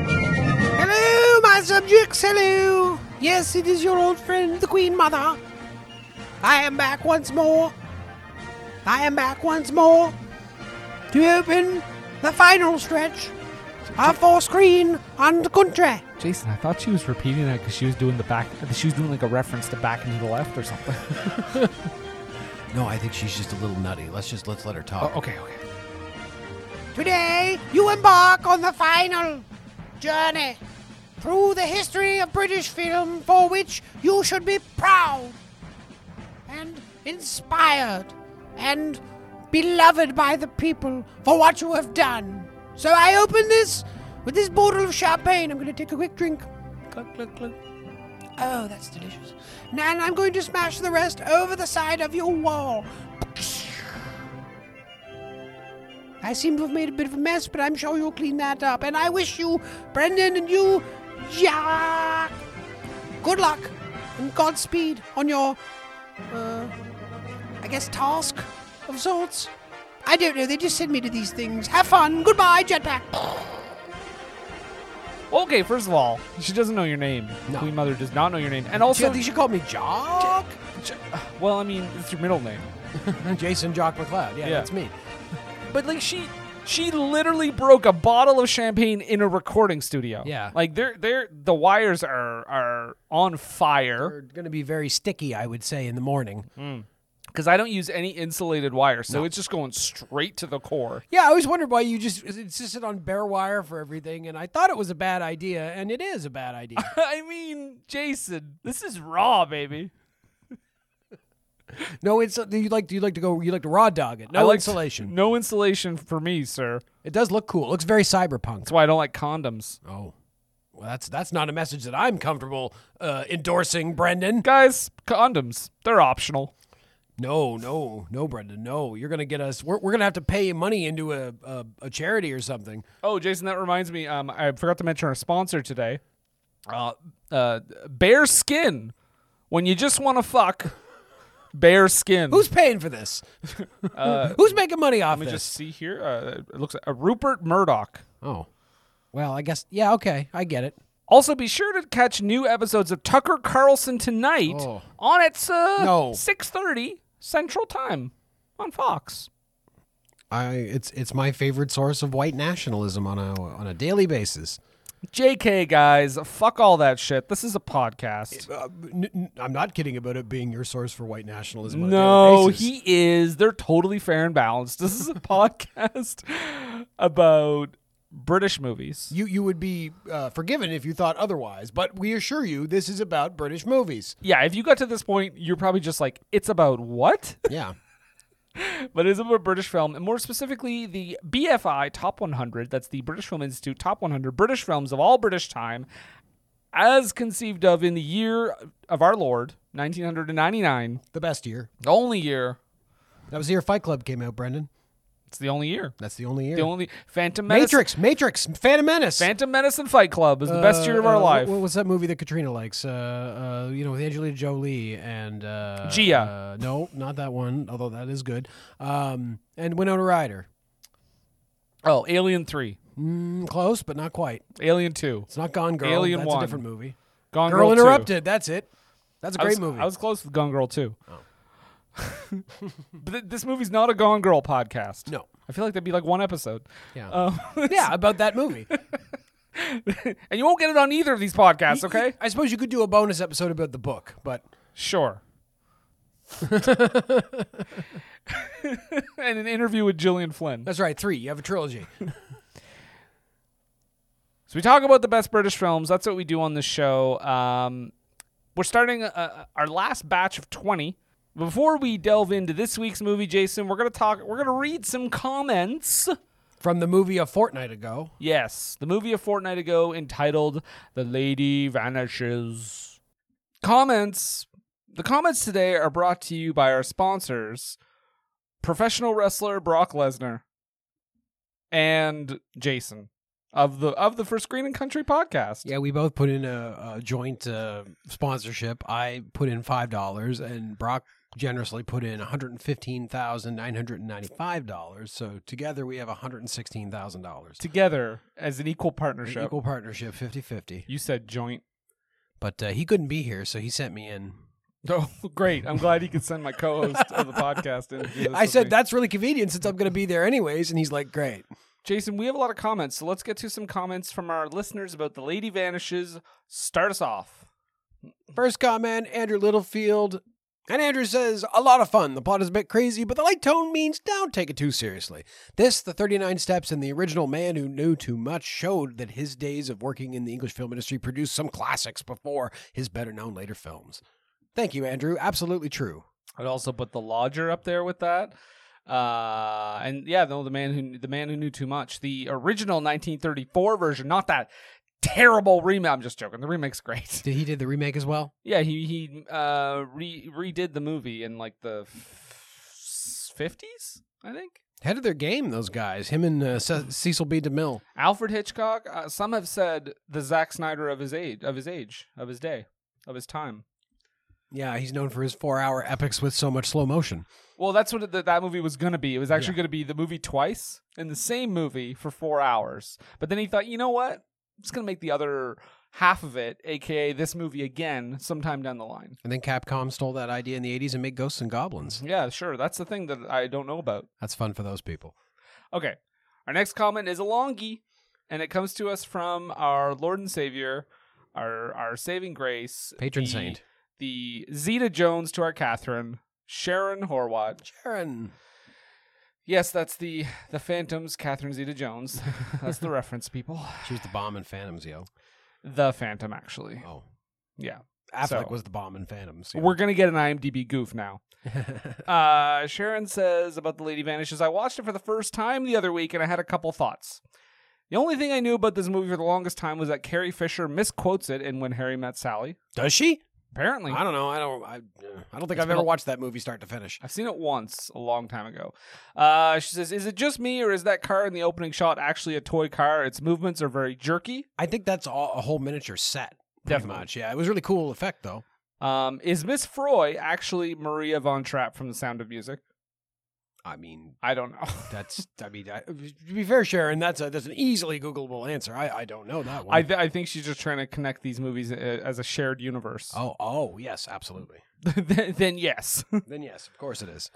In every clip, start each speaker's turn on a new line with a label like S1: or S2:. S1: Hello, my subjects, hello. Yes, it is your old friend, the Queen Mother. I am back once more. I am back once more to open the final stretch of four screen on the country.
S2: Jason, I thought she was repeating that because she was doing the back. She was doing like a reference to back and to the left or something.
S3: No, I think she's just a little nutty. Let's just let's let her
S2: oh,
S3: talk.
S2: okay, okay.
S1: Today, you embark on the final journey through the history of British film for which you should be proud and inspired and beloved by the people for what you have done. So I open this with this bottle of champagne. I'm going to take a quick drink. Glug, glug, glug. Oh, that's delicious. Now, And I'm going to smash the rest over the side of your wall. I seem to have made a bit of a mess, but I'm sure you'll clean that up. And I wish you, Brendan, and you, Jack, good luck and Godspeed on your, uh, I guess, task of sorts. I don't know, they just send me to these things. Have fun. Goodbye, Jetpack.
S2: Okay, first of all, she doesn't know your name.
S3: No.
S2: Queen Mother does not know your name. And also,
S3: Jim, Oh, you should call me Jock.
S2: J- well, I mean, it's your middle name.
S3: Jason Jock McLeod. Yeah,
S2: Yeah.
S3: that's me.
S2: But like she she literally broke a bottle of champagne in a recording studio.
S3: Yeah.
S2: Like they're they're the wires are are on fire
S3: We're gonna be very sticky, I would say, in the morning.
S2: because I don't use any insulated wire, so it's just going straight to the core.
S3: Yeah, I always wondered why you just insisted on bare wire for everything, and I thought it was a bad idea, and it is a bad idea.
S2: I mean, Jason, this is raw, baby.
S3: no, it's you like you like to go you like to raw dog it. No
S2: I like-
S3: insulation.
S2: no insulation for me, sir.
S3: It does look cool. It looks very cyberpunk.
S2: That's why I don't like condoms.
S3: Oh, well, that's that's not a message that I'm comfortable uh, endorsing, Brendan.
S2: Guys, condoms, they're optional.
S3: No, no, no, Brendan. No, you're gonna get us. We're, we're gonna have to pay money into a, a a charity or something.
S2: Oh, Jason, that reminds me. Um, I forgot to mention our sponsor today. Uh, uh, bare skin. When you just want to fuck, bare skin.
S3: Who's paying for this? Who's making money off
S2: uh, Let me
S3: this?
S2: just see here. Uh, it looks like uh, Rupert Murdoch.
S3: Oh, well, I guess. Yeah, okay, I get it.
S2: Also, be sure to catch new episodes of Tucker Carlson tonight
S3: Oh.
S2: on its uh,
S3: No.
S2: six thirty Central Time on Fox.
S3: I it's it's my favorite source of white nationalism on a on a daily basis.
S2: Jk, guys, fuck all that shit. This is a podcast.
S3: Uh, n- n- I'm not kidding about it being your source for white nationalism.
S2: No, he is. They're totally fair and balanced. This is a podcast about British movies.
S3: You you would be uh, forgiven if you thought otherwise, but we assure you this is about British movies.
S2: Yeah, if you got to this point, you're probably just like, it's about what?
S3: Yeah.
S2: but it is about British film, and more specifically, the BFI Top 100. That's the British Film Institute Top 100 British films of all British time, as conceived of in the year of our Lord, 1999.
S3: The best year.
S2: The only year.
S3: That was the year Fight Club came out, Brendan.
S2: It's the only year.
S3: That's the only year.
S2: The only Phantom Menace.
S3: Matrix, Matrix, Phantom Menace.
S2: Phantom Menace and Fight Club is the best
S3: Uh,
S2: year of our
S3: uh,
S2: life.
S3: What, what's that movie that Katrina likes? Uh, uh, you know, with Angelina Jolie and uh,
S2: Gia.
S3: Uh, no, not that one. Although that is good. Um, and Winona Ryder.
S2: Oh, Alien 3.
S3: Mm, close, but not quite.
S2: Alien Two,
S3: It's not Gone Girl.
S2: Alien
S3: That's
S2: 1.
S3: a different movie.
S2: Gone
S3: Girl,
S2: Two.
S3: Interrupted. That's it. That's a
S2: I
S3: great
S2: was-
S3: movie.
S2: I was close with Gone Girl Two.
S3: Oh.
S2: But th- this movie's not a Gone Girl podcast.
S3: No.
S2: I feel like that'd be like one episode.
S3: Yeah.
S2: Um,
S3: yeah, about that movie.
S2: and you won't get it on either of these podcasts, okay?
S3: I suppose you could do a bonus episode about the book, but
S2: Sure. and an interview with Gillian Flynn.
S3: that's right. Three. You have a trilogy.
S2: So we talk about the best British films. That's what we do on this show. Um, we're starting uh, our last batch of 20. Before we delve into this week's movie, Jason, we're going to talk, we're going to read some comments.
S3: From the movie a fortnight ago.
S2: Yes, the movie a fortnight ago entitled The Lady Vanishes. Comments. The comments today are brought to you by our sponsors, professional wrestler Brock Lesnar and Jason of the of the First Green and Country podcast.
S3: Yeah, we both put in a, a joint uh, sponsorship. I put in five dollars, and Brock generously put in one hundred fifteen thousand nine hundred ninety-five dollars. So together we have one hundred sixteen thousand dollars.
S2: Together as an equal partnership.
S3: Equal partnership, 50-50.
S2: you said joint.
S3: But uh, he couldn't be here, so he sent me in.
S2: Oh, great. I'm glad you could send my co-host of the podcast in. to do this
S3: I
S2: with
S3: said
S2: me.
S3: that's really convenient since I'm going to be there anyways, and he's like, "Great."
S2: Jason, we have a lot of comments, so let's get to some comments from our listeners about The Lady Vanishes. Start us off.
S3: First comment, Andrew Littlefield. And Andrew says, a lot of fun. The plot is a bit crazy, but the light tone means don't take it too seriously. This, the 39 steps, and the original man who knew too much showed that his days of working in the English film industry produced some classics before his better known later films. Thank you, Andrew. Absolutely true.
S2: I'd also put the lodger up there with that. Uh, and yeah, no, the man who the man who knew too much. The original 1934 version, not that terrible remake. I'm just joking. The remake's great.
S3: Did he did the remake as well?
S2: Yeah, he he uh re- redid the movie in like the f- 50s, I think.
S3: Head of their game, those guys. Him and uh, Ce- Cecil B. DeMille.
S2: Alfred Hitchcock. Uh, some have said the Zack Snyder of his age, of his age, of his day, of his time.
S3: Yeah, he's known for his four-hour epics with so much slow motion.
S2: Well, that's what th- that movie was going to be. It was actually going to be the movie twice in the same movie for four hours. But then he thought, you know what? I'm just going to make the other half of it, aka this movie again, sometime down the line.
S3: And then Capcom stole that idea in the 80s and made Ghosts and Goblins.
S2: Yeah, sure. That's the thing that I don't know about.
S3: That's fun for those people.
S2: Okay. Our next comment is a longie, and it comes to us from our Lord and Savior, our our saving grace,
S3: Patron
S2: the-
S3: saint.
S2: the Zeta Jones to our Catherine, Sharon Horwat.
S3: Sharon.
S2: Yes, that's the the Phantoms, Catherine Zeta Jones. That's the reference, people.
S3: She was the bomb in Phantoms, yo.
S2: The Phantom, actually.
S3: Oh.
S2: Yeah.
S3: Affleck
S2: So-
S3: was the bomb in Phantoms.
S2: We're going to get an IMDb goof now. uh, Sharon says about The Lady Vanishes I watched it for the first time the other week and I had a couple thoughts. The only thing I knew about this movie for the longest time was that Carrie Fisher misquotes it in When Harry Met Sally.
S3: Does she?
S2: Apparently.
S3: I don't know. I don't. I, I don't think I've
S2: been
S3: ever
S2: a-
S3: watched that movie start to finish.
S2: I've seen it once a long time ago. Uh, she says, Is it just me or is that car in the opening shot actually a toy car? Its movements are very jerky.
S3: I think that's all, a whole miniature set. Pretty
S2: Definitely.
S3: much. Yeah, it was really cool effect though.
S2: Um, is Miss Froy actually Maria von Trapp from The Sound of Music?
S3: I mean,
S2: I don't know.
S3: that's. I mean, I, to be fair, Sharon, that's a that's an easily Googleable answer. I I don't know that one.
S2: I, th- I think she's just trying to connect these movies uh, as a shared universe.
S3: oh oh yes, absolutely.
S2: then, then yes.
S3: then yes, of course it is.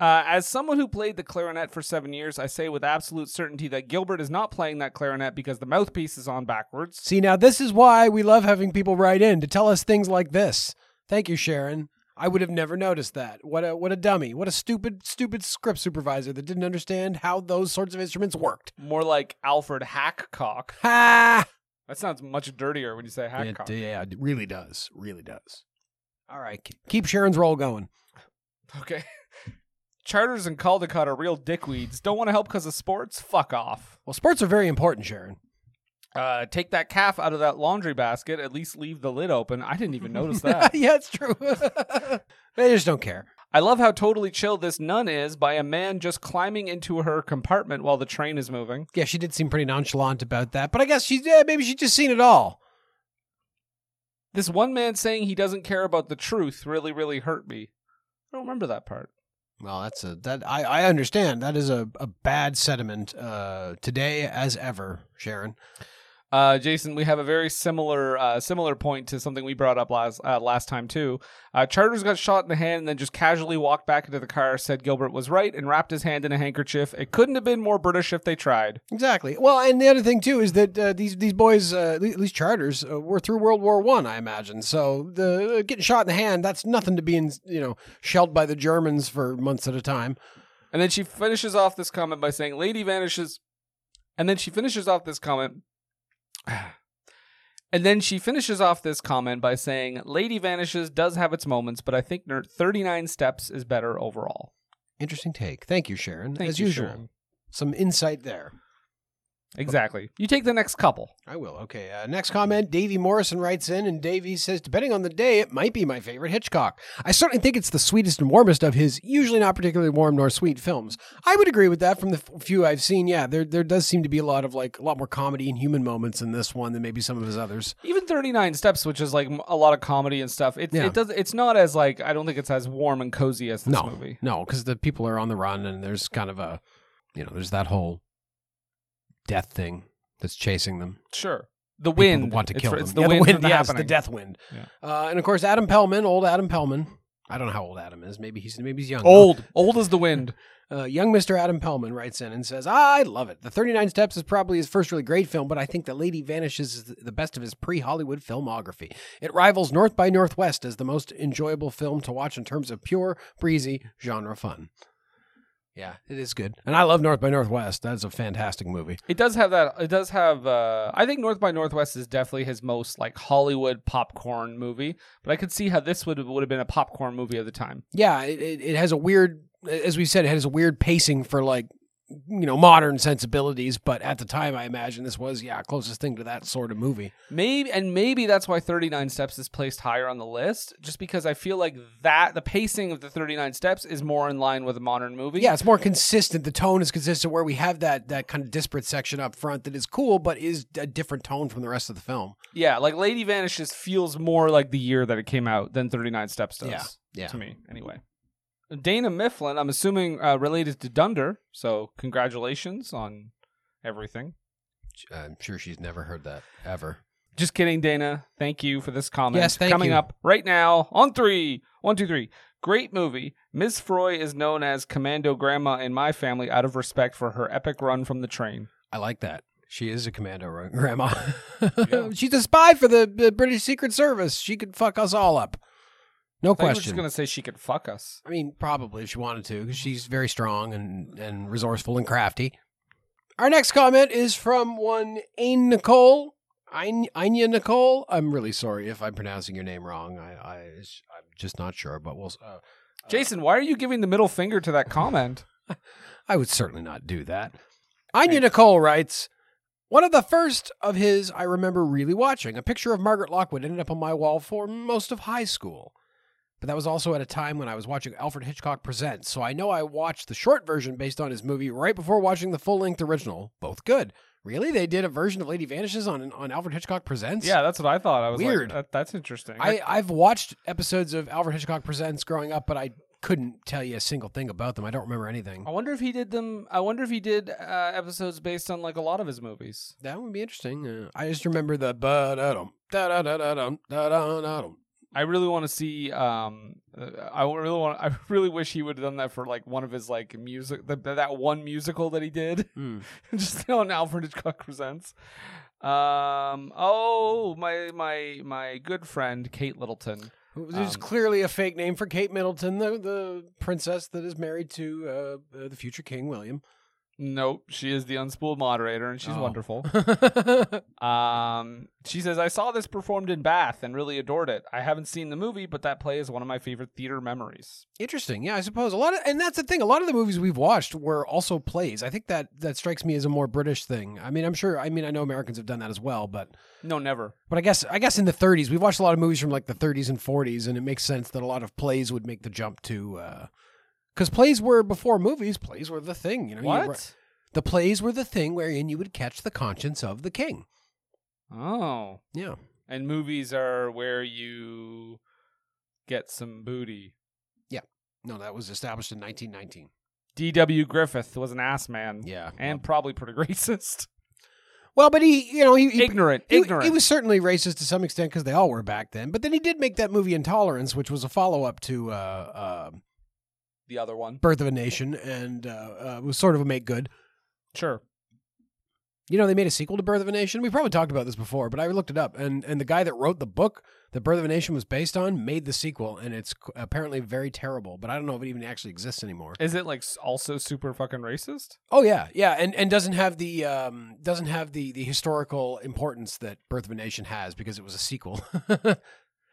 S2: Uh, as someone who played the clarinet for seven years, I say with absolute certainty that Gilbert is not playing that clarinet because the mouthpiece is on backwards.
S3: See, now this is why we love having people write in to tell us things like this. Thank you, Sharon. I would have never noticed that. What a what a dummy. What a stupid stupid script supervisor that didn't understand how those sorts of instruments worked.
S2: More like Alfred Hackcock.
S3: Ha!
S2: That sounds much dirtier when you say Hackcock.
S3: yeah, it really does. Really does. All right, k- keep Sharon's roll going.
S2: Okay. Charters and Caldecott are real dickweeds. Don't want to help because of sports? Fuck off.
S3: Well, sports are very important, Sharon.
S2: Uh, take that calf out of that laundry basket. At least leave the lid open. I didn't even notice that.
S3: yeah, it's true. they just don't care.
S2: I love how totally chill this nun is by a man just climbing into her compartment while the train is moving.
S3: Yeah, she did seem pretty nonchalant about that, but I guess she's yeah, maybe she's just seen it all.
S2: This one man saying he doesn't care about the truth really, really hurt me. I don't remember that part.
S3: Well, that's a that I, I understand. That is a, a bad sentiment uh, today as ever, Sharon.
S2: Uh, Jason, we have a very similar uh, similar point to something we brought up last uh, last time too. Uh, Charters got shot in the hand and then just casually walked back into the car. Said Gilbert was right and wrapped his hand in a handkerchief. It couldn't have been more British if they tried.
S3: Exactly. Well, and the other thing too is that uh, these these boys, uh, th- these charters, uh, were through World War One, I, imagine. So the uh, getting shot in the hand—that's nothing to being you know shelled by the Germans for months at a time.
S2: And then she finishes off this comment by saying, Lady vanishes. And then she finishes off this comment. And then she finishes off this comment by saying, Lady Vanishes does have its moments, but I think ner- 39 steps is better overall.
S3: Interesting take. Thank you, Sharon.
S2: Thank
S3: As
S2: you,
S3: usual,
S2: Sharon.
S3: some insight there.
S2: Exactly. You take the next couple.
S3: I will. Okay. Uh, next comment. Davey Morrison writes in, and Davey says, depending on the day, it might be my favorite Hitchcock. I certainly think it's the sweetest and warmest of his usually not particularly warm nor sweet films. I would agree with that from the f- few I've seen. Yeah, there there does seem to be a lot of like a lot more comedy and human moments in this one than maybe some of his others.
S2: Even 39 steps, which is like m- a lot of comedy and stuff, it,
S3: Yeah.
S2: it does, it's not as like, I don't think it's as warm and cozy as this
S3: no,
S2: movie.
S3: no, because the people are on the run, and there's kind of a, you know, there's that whole death thing that's chasing them.
S2: Sure. The
S3: People
S2: wind.
S3: want to
S2: It's
S3: kill
S2: fr-
S3: them.
S2: It's the
S3: Yeah,
S2: wind, from the
S3: yes,
S2: happening.
S3: the death wind.
S2: Yeah.
S3: Uh, and of course, Adam Pellman, old Adam Pellman. I don't know how old Adam is. Maybe he's maybe he's young.
S2: Old. Old as the wind.
S3: Uh, young Mr. Adam Pellman writes in and says, "Ah, I love it. The 39 Steps is probably his first really great film, but I think The Lady Vanishes is the best of his pre Hollywood filmography. It rivals North by Northwest as the most enjoyable film to watch in terms of pure, breezy genre fun. Yeah, it is good. And I love North by Northwest. That's a fantastic movie.
S2: It does have that. It does have. Uh, I think North by Northwest is definitely his most like Hollywood popcorn movie. But I could see how this would would have been a popcorn movie of the time.
S3: Yeah, it, it, it has a weird, as we said, it has a weird pacing for like, you know, modern sensibilities. But at the time, I imagine this was, yeah, closest thing to that sort of movie.
S2: Maybe and maybe that's why Thirty Nine Steps is placed higher on the list, just because I feel like that the pacing of the Thirty Nine Steps is more in line with a modern movie.
S3: Yeah, it's more consistent. The tone is consistent where we have that that kind of disparate section up front that is cool, but is a different tone from the rest of the film.
S2: yeah. Like Lady Vanishes feels more like the year that it came out than Thirty Nine Steps does.
S3: Yeah, yeah.
S2: To me, anyway. Dana Mifflin, I'm assuming uh, related to Dunder. So congratulations on everything.
S3: I'm sure she's never heard that ever.
S2: Just kidding, Dana. Thank you for this comment.
S3: Yes, thank
S2: Coming
S3: you.
S2: up right now on three. One, two, three. Great movie. Miss Froy is known as Commando Grandma in my family out of respect for her epic run from the train.
S3: I like that. She is a commando ro- grandma. She's a spy for the, the British Secret Service. She could fuck us all up. No
S2: I thought you were just
S3: question.
S2: gonna say she could fuck us.
S3: I mean, probably if she wanted to, because she's very strong and, and resourceful and crafty. Our next comment is from one Ain Nicole. Ain- Anya Nicole. I'm really sorry if I'm pronouncing your name wrong. I, I I'm just not sure, but we'll. Uh,
S2: Jason, why are you giving the middle finger to that comment?
S3: I would certainly not do that. Anya Nicole writes, one of the first of his I remember really watching. A picture of Margaret Lockwood ended up on my wall for most of high school. But that was also at a time when I was watching Alfred Hitchcock Presents, so I know I watched the short version based on his movie right before watching the full length original. Both good. Really? They did a version of Lady Vanishes on, on Alfred Hitchcock Presents?
S2: yeah, that's what I thought. I was like,
S3: Weird.
S2: that- that's interesting.
S3: I, I've watched episodes of Alfred Hitchcock Presents growing up, but I couldn't tell you a single thing about them. I don't remember anything.
S2: I wonder if he did them. I wonder if he did uh, episodes based on like a lot of his movies.
S3: That would be interesting. Uh, I just remember the ba da dum da da da da dum da da da dum.
S2: I really want to see. Um, uh, I really want. I really wish he would have done that for like one of his like music. The, that one musical that he did,
S3: Hmm.
S2: just on Alfred Hitchcock Presents. Um. Oh, my my my good friend Kate Littleton.
S3: There's
S2: Um,
S3: clearly a fake name for Kate Middleton, the the princess that is married to uh, uh, the future King William.
S2: Nope, she is the unspooled moderator, and she's
S3: Oh.
S2: wonderful. Um, she says, I saw this performed in Bath and really adored it. I haven't seen the movie, but that play is one of my favorite theater memories.
S3: Interesting. Yeah, I suppose a lot of, and that's the thing. A lot of the movies we've watched were also plays. I think that that strikes me as a more British thing. I mean, I'm sure. I mean, I know Americans have done that as well, but
S2: No, never.
S3: But I guess I guess in the 30s we've watched a lot of movies from like the 30s and 40s, and it makes sense that a lot of plays would make the jump to because plays were before movies. Plays were the thing, you know. you were-
S2: What?
S3: the plays were the thing wherein you would catch the conscience of the king.
S2: Oh.
S3: Yeah,
S2: And movies are where you get some booty.
S3: no, that was established in 1919.
S2: D.W. Griffith was an ass man
S3: Yeah,
S2: and probably pretty racist.
S3: Well, but he, you know, he, he
S2: Ignorant,
S3: he-
S2: ignorant.
S3: He was certainly racist to some extent because they all were back then. But then he did make that movie Intolerance, which was a follow up to uh, uh,
S2: The other one.
S3: Birth of a Nation, and uh, uh, was sort of a make good.
S2: Sure.
S3: You know, they made a sequel to Birth of a Nation. We probably talked about this before, but I looked it up, and and the guy that wrote the book that Birth of a Nation was based on made the sequel, and it's qu- apparently very terrible. But I don't know if it even actually exists anymore.
S2: Is it like s- also super fucking racist?
S3: Oh yeah, yeah, and and doesn't have the um doesn't have the the historical importance that Birth of a Nation has because it was a sequel.
S2: I'm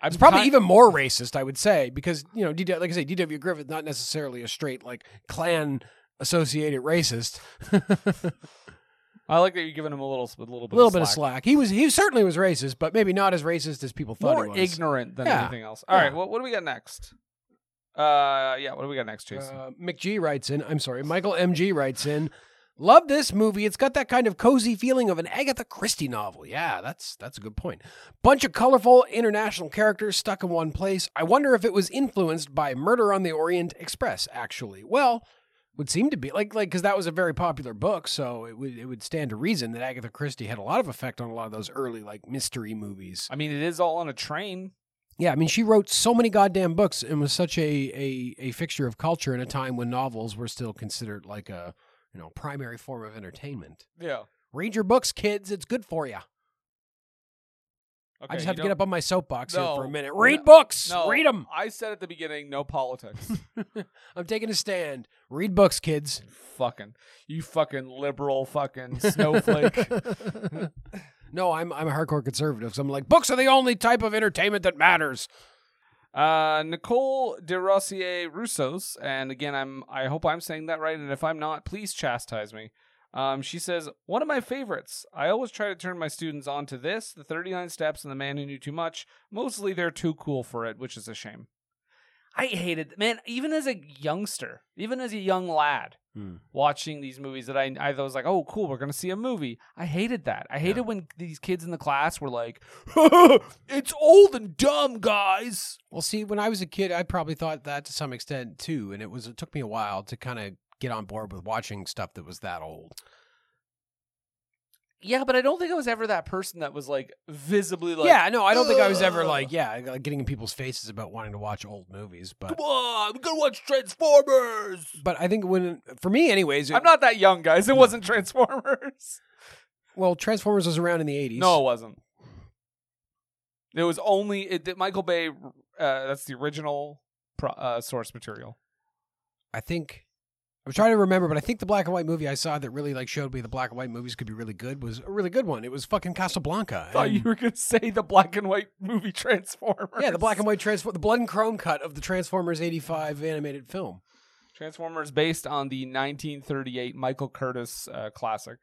S3: it's probably
S2: ki-
S3: even more racist, I would say, because you know, DW, like I say, D.W. Griffith not necessarily a straight like Klan associated racist.
S2: I like that you're giving him a little, s- a little bit,
S3: a little bit of slack. He was he certainly was racist, but maybe not as racist as people thought
S2: more
S3: he was.
S2: ignorant than
S3: Yeah.
S2: anything else. All right,
S3: Yeah.
S2: what, what do we got next? Uh, yeah, what do we got next, Jason?
S3: Uh, McG writes in. I'm sorry, Michael MG writes in. Love this movie. It's got that kind of cozy feeling of an Agatha Christie novel. Yeah, that's that's a good point. Bunch of colorful international characters stuck in one place. I wonder if it was influenced by Murder on the Orient Express. Actually, well, would seem to be like like because that was a very popular book, so it would it would stand to reason that Agatha Christie had a lot of effect on a lot of those early like mystery movies.
S2: I mean, it is all on a train.
S3: Yeah, I mean, she wrote so many goddamn books and was such a, a, a fixture of culture in a time when novels were still considered like a you know primary form of entertainment.
S2: Yeah.
S3: Read your books, kids. It's good for you.
S2: Okay,
S3: I just
S2: you
S3: have to
S2: don't-
S3: get up on my soapbox here for
S2: No.
S3: a minute.
S2: We're
S3: Read
S2: not-
S3: books.
S2: No,
S3: Read them.
S2: I said at the beginning, no politics.
S3: I'm taking a stand. Read books, kids.
S2: fucking, you fucking liberal fucking snowflake.
S3: no, I'm I'm a hardcore conservative. So I'm like, books are the only type of entertainment that matters.
S2: Uh, Nicole DeRossier Russos, and again, I'm I hope I'm saying that right, and if I'm not, please chastise me. Um, she says one of my favorites. I always try to turn my students on to this, the 39 Steps, and the Man Who Knew Too Much. Mostly, they're too cool for it, which is a shame. I hated, man, even as a youngster, even as a young lad,
S3: Hmm.
S2: watching these movies that I, I was like, oh, cool, we're going to see a movie. I hated that. I hated when these kids in the class were like, it's old and dumb, guys.
S3: Well, see, when I was a kid, I probably thought that to some extent too, and it was it took me a while to kind of get on board with watching stuff that was that old.
S2: Yeah, but I don't think I was ever that person that was like visibly like,
S3: yeah, no, I don't think I was ever
S2: "Ugh."
S3: like, yeah, like getting in people's faces about wanting to watch old movies,
S2: come
S3: but
S2: on, we're gonna watch Transformers.
S3: but I think when for me, anyways, it-
S2: I'm not that young, guys. It wasn't Transformers.
S3: well, Transformers was around in the eighties.
S2: No, it wasn't. It was only it, that Michael Bay. Uh, that's the original pro, uh, source material.
S3: I think I'm trying to remember, but I think the black and white movie I saw that really like showed me the black and white movies could be really good was a really good one. It was fucking Casablanca.
S2: I thought
S3: and-
S2: you were gonna say the black and white movie Transformers.
S3: yeah, the black and white transform, the blood and chrome cut of the Transformers '85 animated film.
S2: Transformers based on the 1938 Michael Curtis uh, classic.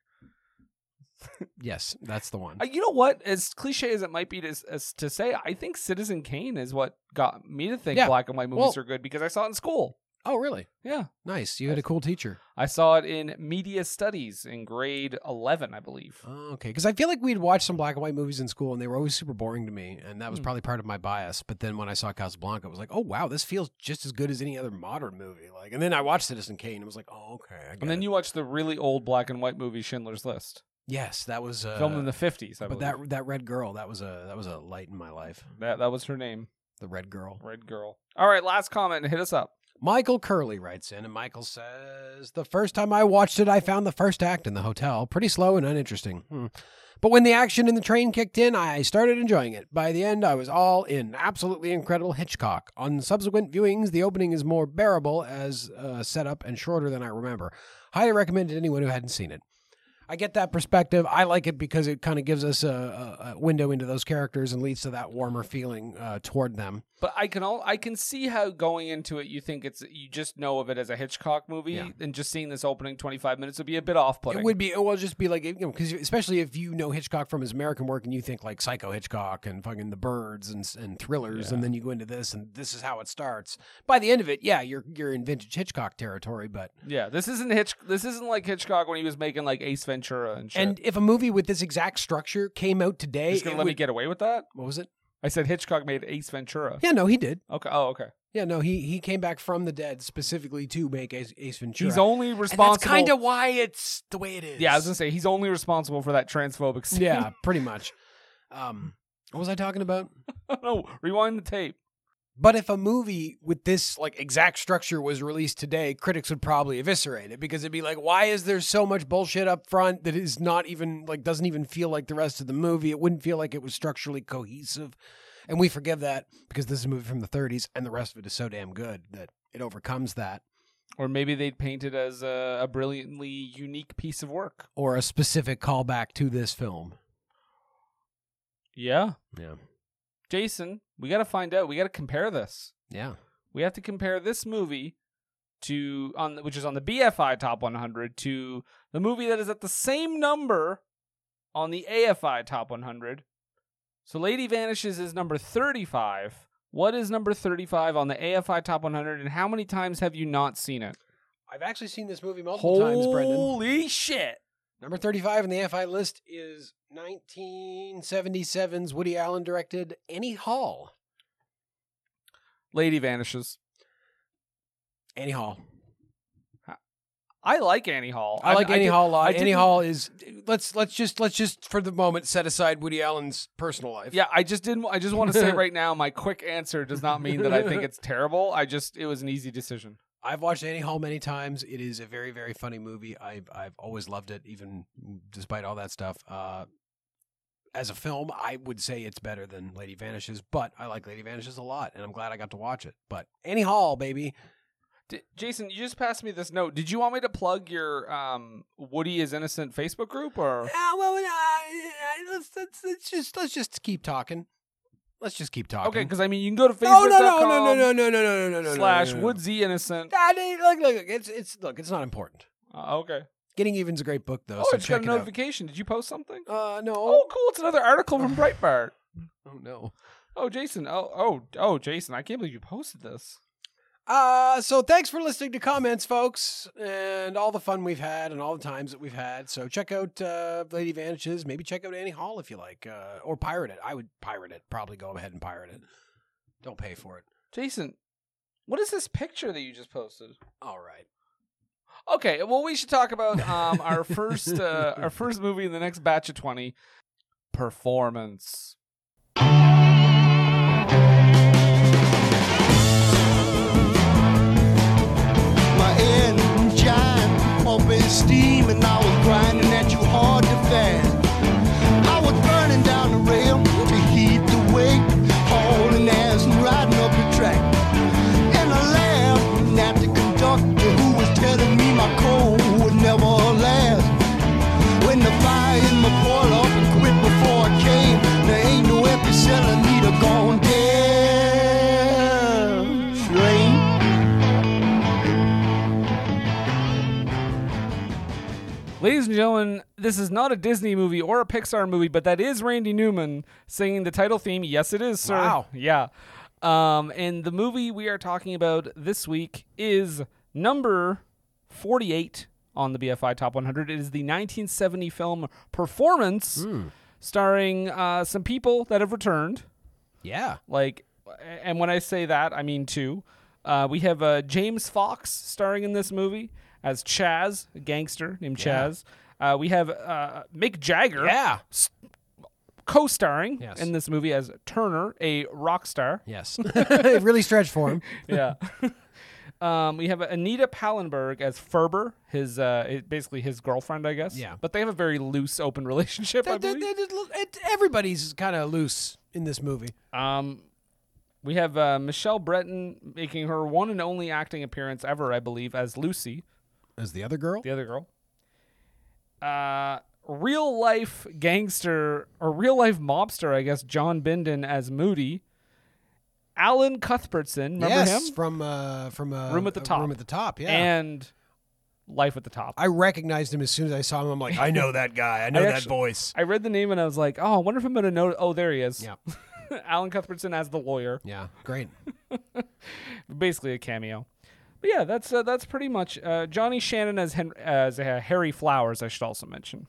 S3: Yes, that's the one.
S2: Uh, you know what? As cliche as it might be to, s- as, to say, I think Citizen Kane is what got me to think
S3: Yeah.
S2: black and white movies
S3: Well-
S2: are good because I saw it in school.
S3: oh, really?
S2: Yeah.
S3: Nice. You had a cool teacher.
S2: I saw it in media studies in grade 11, I believe.
S3: Oh, okay. Because I feel like we'd watch some black and white movies in school and they were always super boring to me. And that was
S2: Hmm.
S3: probably part of my bias. But then when I saw Casablanca, I was like, oh, wow, this feels just as good as any other modern movie. Like, And then I watched Citizen Kane and was like, oh, okay. I get
S2: And then
S3: it.
S2: you watched the really old black and white movie Schindler's List,
S3: Yes, that was. Uh,
S2: filmed in the 50s, I
S3: But
S2: believe.
S3: that,
S2: That,
S3: that red girl, that was a that was a light in my life.
S2: that, was her name,
S3: The red girl.
S2: Red Girl. All right, last comment. Hit us up.
S3: Michael Curley writes in, and Michael says, The first time I watched it, I found the first act in the hotel pretty slow and uninteresting. Hmm. But when the action in the train kicked in, I started enjoying it. By the end, I was all in. Absolutely incredible Hitchcock. On subsequent viewings, the opening is more bearable as uh, set up and shorter than I remember. Highly recommend it to anyone who hadn't seen it. I get that perspective. I like it because it kind of gives us a, a, a window into those characters and leads to that warmer feeling uh, toward them.
S2: But I can all I can see how going into it you think it's you just know of it as a Hitchcock movie
S3: Yeah.
S2: and just seeing this opening 25 minutes would be a bit off-putting.
S3: It would be. It will just be like you know, because especially if you know Hitchcock from his American work, and you think like Psycho Hitchcock and fucking The Birds and and thrillers, and then you go into this, and this is how it starts. By the end of it, yeah, you're you're in vintage Hitchcock territory. But
S2: Yeah, this isn't Hitch. This isn't like Hitchcock when he was making like Ace Ventura and shit.
S3: and if a movie with this exact structure came out today,
S2: just gonna
S3: it
S2: let me
S3: would-
S2: get away with that.
S3: what was it?
S2: I said Hitchcock made Ace Ventura.
S3: Yeah, no, he did.
S2: Okay. Oh, okay.
S3: Yeah, no, he he came back from the dead specifically to make Ace, Ace Ventura.
S2: He's only
S3: and that's
S2: responsible.
S3: kind of why it's the way it is.
S2: yeah, I was gonna say he's only responsible for that transphobic scene.
S3: yeah, pretty much. Um, what was I talking about?
S2: no, rewind the tape.
S3: But if a movie with this like exact structure was released today, critics would probably eviscerate it because it'd be like, why is there so much bullshit up front that is not even like doesn't even feel like the rest of the movie? It wouldn't feel like it was structurally cohesive. And we forgive that because this is a movie from the 30s and the rest of it is so damn good that it overcomes that
S2: Or maybe they'd paint it as a, a brilliantly unique piece of work.
S3: or a specific callback to this film.
S2: Yeah.
S3: Yeah.
S2: Jason, we got to find out. We got to compare this.
S3: Yeah.
S2: We have to compare this movie to on which is on the BFI Top 100 to the movie that is at the same number on the AFI Top 100. So Lady Vanishes is number 35. What is number 35 on the AFI Top 100 and how many times have you not seen it?
S3: I've actually seen this movie multiple times, Brendan.
S2: Holy shit.
S3: Number 35 in the FI list is 1977's Woody Allen directed Annie Hall.
S2: Lady Vanishes.
S3: Annie Hall.
S2: I like Annie Hall.
S3: I like
S2: I
S3: Annie
S2: did-
S3: Hall a
S2: I
S3: lot. Annie
S2: didn't-
S3: Hall is let's let's just let's just for the moment set aside Woody Allen's personal life.
S2: Yeah, I just didn't. I just want to say right now, my quick answer does not mean that I think it's terrible. I just it was an easy decision.
S3: I've watched Annie Hall many times. It is a very very funny movie. I've I've always loved it even despite all that stuff. Uh as a film, I would say it's better than Lady Vanishes, but I like Lady Vanishes a lot and I'm glad I got to watch it. But Annie Hall, baby.
S2: D- Jason, you just passed me this note. Did you want me to plug your um, Woody is innocent Facebook group or?
S3: Ah, well, uh, let's, let's, let's just let's just keep talking. Let's just keep talking.
S2: Okay, because I mean, you can go to
S3: no,
S2: Facebook.com
S3: no, no, no, no, no, no, no, no, no, no,
S2: slash
S3: no, no, no.
S2: Woodsy innocent.
S3: Ah, they- look, look, look, it's it's look, it's not important.
S2: Uh, okay.
S3: Getting even's a great book though.
S2: Oh,
S3: so
S2: I just got
S3: check
S2: a
S3: it out.
S2: notification. Did you post something?
S3: Uh, no.
S2: Oh, cool! It's another article from Breitbart.
S3: oh no.
S2: Oh, Jason. Oh, oh, oh, Jason. I can't believe you posted this.
S3: Uh, so thanks for listening to comments, folks, and all the fun we've had and all the times that we've had. So check out uh, Lady Vanishes. Maybe check out Annie Hall if you like, uh, or pirate it. I would pirate it. Probably go ahead and pirate it. Don't pay for it.
S2: Jason, what is this picture that you just posted?
S3: All right.
S2: Okay, well, we should talk about um, our first uh, our first movie in the next batch of twenty performance.
S4: My engine pumping steam, and I was grinding at you hard to fast. I was burning down the rail to heat the wake, hauling ass and riding up the track. And I laughed at the conductor who was telling me my coal would never last. When the fire in my boiler up and quit before it came, there ain't no empty cellar, need a gone down train.
S2: Ladies and gentlemen, this is not a Disney movie or a Pixar movie, but that is Randy Newman singing the title theme. Yes, it is, sir.
S3: Wow.
S2: Yeah. Um, and the movie we are talking about this week is number 48 on the BFI Top 100. It is the 1970 film Performance, starring uh, some people that have returned.
S3: Yeah.
S2: Like, and when I say that, I mean two. Uh, we have uh, James Fox starring in this movie as Chaz, a gangster named Chaz. Uh, we have uh, Mick Jagger
S3: Yeah.
S2: co-starring
S3: Yes.
S2: in this movie as Turner, a rock star.
S3: Yes. it really stretched for him.
S2: Yeah. um, we have Anita Pallenberg as Ferber, his uh, it- basically his girlfriend, I guess.
S3: Yeah.
S2: But they have a very loose, open relationship. I
S3: They- they-
S2: believe.
S3: they just look- it- everybody's kind of loose in this movie.
S2: Um, we have uh, Michelle Breton making her one and only acting appearance ever, I believe, as Lucy,
S3: As the other girl?
S2: the other girl. Uh, real life gangster or real life mobster, I guess, John Bindon as Moody. Alan Cuthbertson, remember
S3: yes,
S2: him?
S3: from uh, from uh,
S2: Room at the
S3: uh,
S2: Top.
S3: Room at the top. Yeah.
S2: And Life at the Top. I,
S3: I recognized him as soon as I saw him. I'm like, I know that guy. I know that
S2: actu-
S3: voice.
S2: read the name and I was like, oh, I wonder if I'm going to know. Oh, there he is.
S3: Yeah.
S2: Alan Cuthbertson as the lawyer.
S3: Yeah. Great.
S2: basically a cameo. But yeah, that's uh, that's pretty much uh, Johnny Shannon as Hen- as uh, Harry Flowers. I should also mention.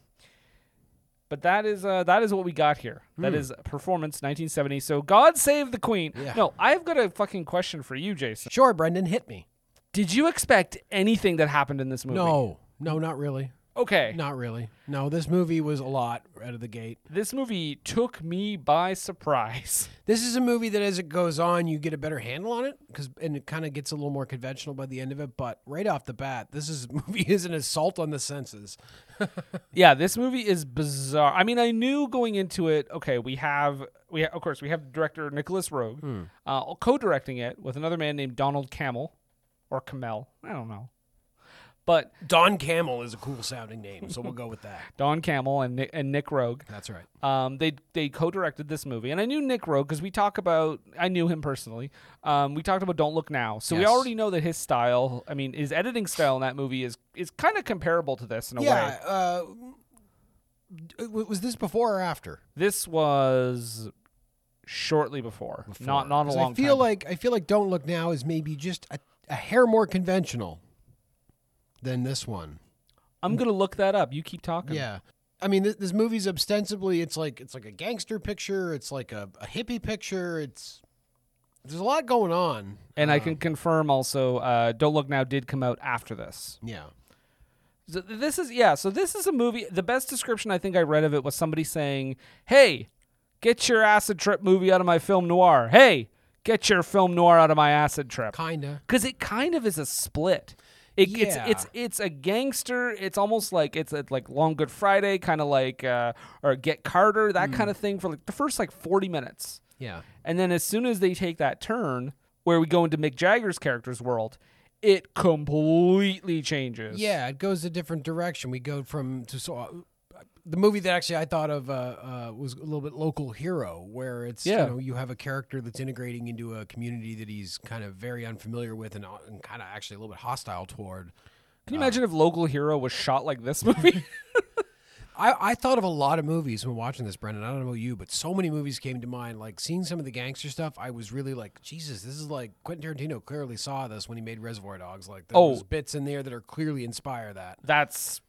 S2: But that is uh, that is what we got here. That is performance 1970. So God save the Queen.
S3: Hmm. Yeah.
S2: No, I've got a fucking question for you, Jason.
S3: Sure, Brendan, hit me.
S2: Did you expect anything that happened in this movie?
S3: No, no, not really.
S2: Okay.
S3: Not really. No, this movie was a lot out of the gate.
S2: This movie took me by surprise.
S3: This is a movie that, as it goes on, you get a better handle on it because, and it kind of gets a little more conventional by the end of it. But right off the bat, this is movie is an assault on the senses.
S2: Yeah, this movie is bizarre. I mean, I knew going into it. Okay, we have we ha- of course we have director Nicholas Rogue
S3: Hmm.
S2: uh, co-directing it with another man named Donald Camel or Camel. I don't know, but
S3: Don Camel is a cool sounding name, so we'll go with that.
S2: Don Camel and Nick, and Nick Rogue.
S3: That's right.
S2: Um, they they co-directed this movie, and I knew Nick Rowe because we talk about I knew him personally. Um, we talked about Don't Look Now, so we
S3: Yes.
S2: already know that his style. I mean, his editing style in that movie is is kind of comparable to this in a way.
S3: Yeah. Uh, w- was this before or after?
S2: This was shortly before, not not a
S3: 'Cause
S2: long
S3: I feel
S2: time.
S3: like I feel like Don't Look Now is maybe just a, a hair more conventional than this one.
S2: I'm gonna look that up. You keep talking.
S3: Yeah. I mean, th- this movie's ostensibly it's like it's like a gangster picture, it's like a, a hippie picture. It's there's a lot going on.
S2: and I can confirm also. Uh, Don't Look Now did come out after this.
S3: Yeah.
S2: So th- this is yeah. So this is a movie. The best description I think I read of it was somebody saying, "Hey, get your acid trip movie out of my film noir. Hey, get your film noir out of my acid trip."
S3: Kinda.
S2: Because it kind of is a split. It, It's
S3: Yeah.
S2: it's it's a gangster. It's almost like it's a, like Long Good Friday, kind of like uh, or Get Carter, that
S3: Mm.
S2: kind of thing for like the first like forty minutes.
S3: Yeah.
S2: And then as soon as they take that turn where we go into Mick Jagger's character's world, it completely changes.
S3: Yeah, it goes a different direction. We go from to so uh, the movie that actually I thought of uh, uh, was a little bit local hero, where it's
S2: Yeah.
S3: you know you have a character that's integrating into a community that he's kind of very unfamiliar with and, uh, and kind of actually a little bit hostile toward.
S2: Can you imagine if Local Hero was shot like this movie?
S3: I, I thought of a lot of movies when watching this, Brendan. I don't know about you, but so many movies came to mind. Like seeing some of the gangster stuff, I was really like, Jesus, this is like Quentin Tarantino clearly saw this when he made Reservoir Dogs. Like there
S2: Oh.
S3: was bits in there that are clearly inspire that.
S2: That's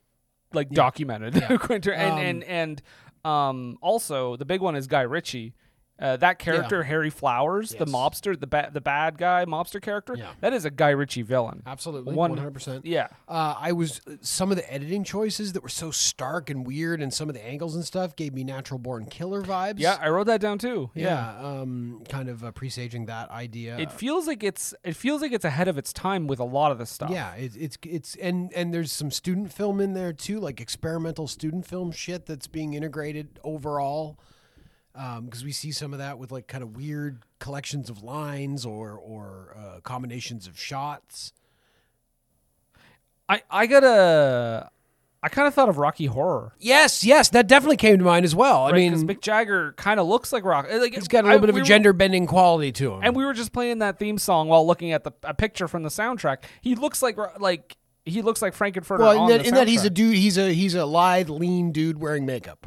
S2: like documented. Quentin-
S3: Um,
S2: and and and um, also the big one is Guy Ritchie. Uh, that character Harry Flowers, the
S3: Yes.
S2: mobster, the ba- the bad guy mobster character,
S3: Yeah.
S2: that is a Guy Ritchie villain.
S3: Absolutely,
S2: One-
S3: one hundred percent.
S2: Yeah.
S3: Uh, I was some of the editing choices that were so stark and weird, and some of the angles and stuff gave me natural born killer vibes.
S2: Yeah, I wrote that down too.
S3: yeah. Um, kind of uh, presaging that idea.
S2: It feels like it's it feels like it's ahead of its time with a lot of this stuff.
S3: yeah, it, it's it's and and there's some student film in there too, like experimental student film shit that's being integrated overall. Because we see some of that with like kind of weird collections of lines or or uh, combinations of shots.
S2: I I got to I kind of thought of Rocky Horror.
S3: Yes, yes, that definitely came to mind as well. I
S2: Right?
S3: mean,
S2: Mick Jagger kind of looks like Rock. Like,
S3: He's got a little
S2: I-
S3: bit of
S2: we
S3: a
S2: were-
S3: gender bending quality to him.
S2: and we were just playing that theme song while looking at the a picture from the soundtrack. He looks like like he looks like Frankenfurter.
S3: well,
S2: on
S3: in that,
S2: the
S3: in that he's a
S2: soundtrack.
S3: dude, he's a he's a lithe, lean dude wearing makeup.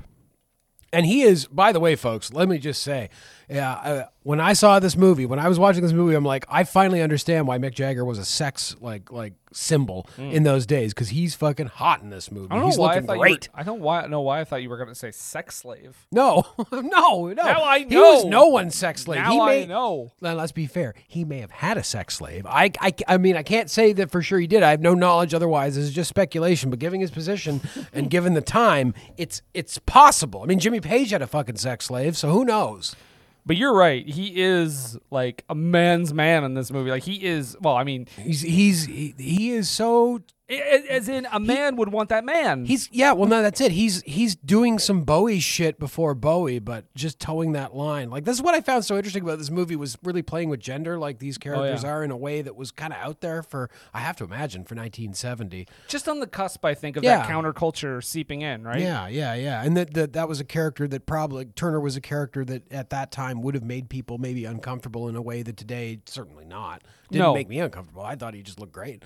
S3: And he is, by the way, folks. Let me just say, yeah. Uh, when I saw this movie, when I was watching this movie, I'm like, I finally understand why Mick Jagger was a sex like like symbol in those days because he's fucking hot in this movie.
S2: I don't know
S3: he's
S2: why I
S3: looking
S2: thought you were-
S3: great.
S2: I don't why know why I thought you were gonna say sex slave.
S3: No, no, no.
S2: Now I
S3: He was
S2: know.
S3: no one's sex slave.
S2: Now
S3: he
S2: I
S3: may,
S2: know.
S3: Now, let's be fair. He may have had a sex slave. I, I, I mean, I can't say that for sure he did. I have no knowledge otherwise. This is just speculation. But given his position and given the time, it's it's possible. I mean, Jimmy Page had a fucking sex slave, so who knows?
S2: But you're right. He is like a man's man in this movie. Like he is. Well, I mean,
S3: He's he's he, he is so
S2: a- a- as in a man would want that man.
S3: he's yeah. Well, no, that's it. He's he's doing some Bowie shit before Bowie, but just towing that line. Like this is what I found so interesting about this movie was really playing with gender, like these
S2: Oh,
S3: characters are in a way that was kind of out there for I have to imagine for 1970.
S2: just on the cusp, I think, of that
S3: Yeah.
S2: counterculture seeping in. Right.
S3: Yeah, yeah, yeah. And that, that that was a character that probably Turner was a character that at that time would have made people maybe uncomfortable in a way that today certainly not. Didn't
S2: No.
S3: make me uncomfortable. I thought he just looked great.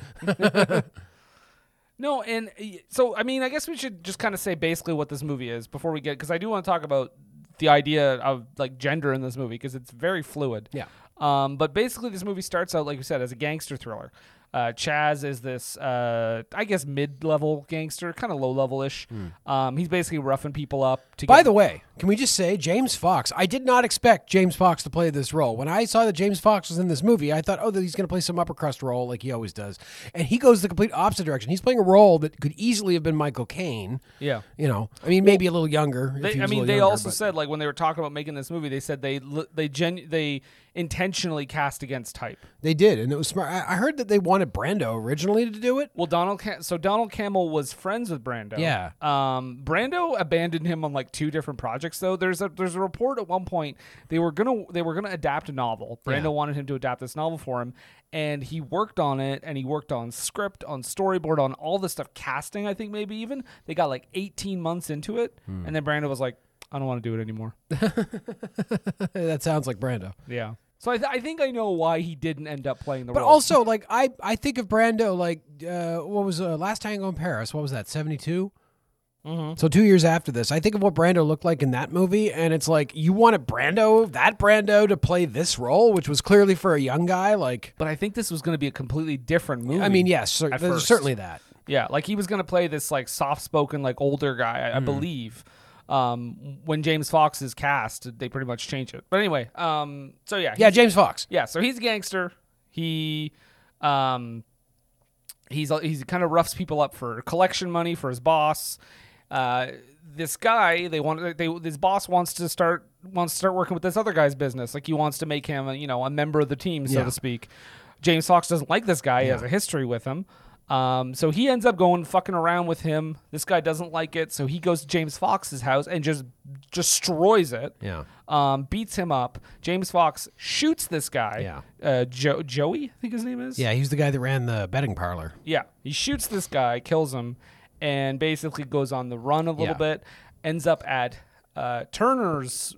S2: No, and uh, so I mean, I guess we should just kind of say basically what this movie is before we get because I do want to talk about the idea of like gender in this movie because it's very fluid.
S3: Yeah.
S2: Um, but basically, this movie starts out like we said as a gangster thriller. Uh, Chaz is this, uh, I guess, mid-level gangster, kind of low-level-ish. Um, he's basically roughing people up. To
S3: Hmm. By
S2: get-
S3: the way, can we just say James Fox? I did not expect James Fox to play this role. When I saw that James Fox was in this movie, I thought, oh, that he's going to play some upper crust role like he always does. And he goes the complete opposite direction. He's playing a role that could easily have been Michael Caine.
S2: yeah.
S3: You know, I mean, maybe a little younger. if
S2: They,
S3: he
S2: I
S3: was a
S2: mean,
S3: little
S2: they
S3: younger,
S2: also
S3: but-
S2: said like when they were talking about making this movie, they said they l- they genu- they intentionally cast against type.
S3: they did, and it was smart. I, I heard that they wanted Brando originally to do it.
S2: Well, Donald Cam- so Donald Camel was friends with Brando.
S3: Yeah.
S2: Um, Brando abandoned him on like two different projects though. There's a there's a report at one point they were gonna they were gonna adapt a novel. Brando wanted him to adapt this novel for him, and he worked on it and he worked on script, on storyboard, on all this stuff, casting. I think maybe even they got like 18 months into it,
S3: Hmm.
S2: and then Brando was like, I don't want to do it anymore.
S3: that sounds like Brando.
S2: yeah. So I, th- I think I know why he didn't end up playing the
S3: But
S2: role.
S3: also, like I, I think of Brando like uh, what was uh, last tango in Paris? What was that? Seventy So two years after this, I think of what Brando looked like in that movie, and it's like you wanted Brando, that Brando, to play this role, which was clearly for a young guy. Like,
S2: but I think this was going to be a completely different movie.
S3: I mean, yes, cer-
S2: At
S3: there's
S2: first.
S3: certainly that.
S2: Yeah, like he was gonna play this like soft spoken, like older guy, I, I believe. Um, when James Fox is cast, they pretty much change it. But anyway, um, so yeah,
S3: Yeah,
S2: he's-
S3: James Fox.
S2: yeah. So he's a gangster. He, um, he's uh, he's kind of roughs people up for collection money for his boss. Uh, this guy, they want they his boss wants to start wants to start working with this other guy's business. Like he wants to make him, you know, a member of the team, so
S3: Yeah.
S2: to speak. James Fox doesn't like this guy. He has a history with him. Um, so he ends up going fucking around with him. This guy doesn't like it, so he goes to James Fox's house and just destroys it.
S3: Yeah.
S2: Um, beats him up. James Fox shoots this guy.
S3: Yeah.
S2: Uh, jo- Joey, I think his name is.
S3: Yeah, he was the guy that ran the betting parlor.
S2: Yeah, he shoots this guy, kills him, and basically goes on the run a little
S3: Yeah.
S2: bit. Ends up at uh, Turner's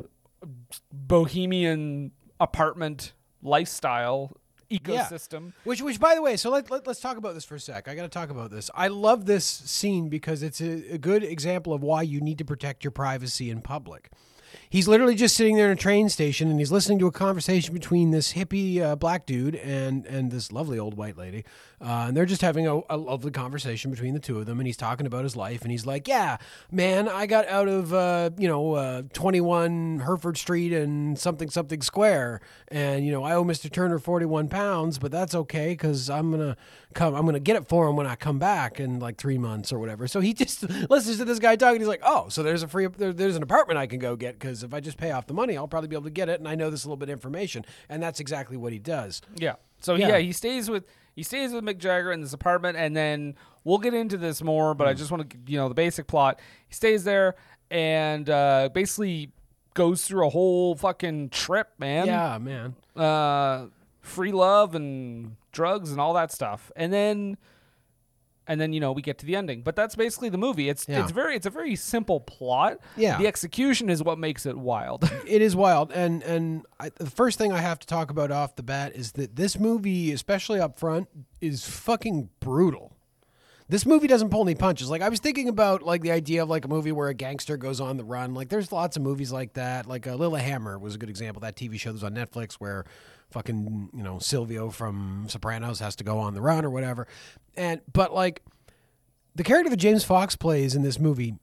S2: bohemian apartment lifestyle ecosystem.
S3: Which, which, by the way, so let, let, let's talk about this for a sec. I got to talk about this. I love this scene because it's a, a good example of why you need to protect your privacy in public. He's literally just sitting there in a train station and he's listening to a conversation between this hippie uh, black dude and, and this lovely old white lady. Uh, and they're just having a, a lovely conversation between the two of them. And he's talking about his life. And he's like, Yeah, man, I got out of, uh, you know, uh, 21 Hereford Street and something, something square. And, you know, I owe Mr. Turner 41 pounds, but that's okay because I'm going to come, I'm going to get it for him when I come back in like three months or whatever. So he just listens to this guy talking. He's like, Oh, so there's a free, there, there's an apartment I can go get because if I just pay off the money, I'll probably be able to get it. And I know this little bit of information. And that's exactly what he does.
S2: Yeah. So yeah.
S3: Yeah.
S2: he stays with he stays with Mick Jagger in this apartment, and then we'll get into this more. But I
S3: Hmm.
S2: just want to you know the basic plot. He stays there and uh, basically goes through a whole fucking trip, man.
S3: Yeah, man.
S2: Uh, free love and drugs and all that stuff, and then. And then you know we get to the ending, but that's basically the movie. It's
S3: Yeah.
S2: it's very it's a very simple plot.
S3: Yeah.
S2: the execution is what makes it wild.
S3: it is wild and and I, the first thing i have to talk about off the bat is that this movie especially up front is fucking brutal this movie doesn't pull any punches like i was thinking about like the idea of like a movie where a gangster goes on the run like there's lots of movies like that like uh, lillehammer was a good example that tv show that was on netflix where fucking you know silvio from sopranos has to go on the run or whatever and but like the character that James Fox plays in this movie,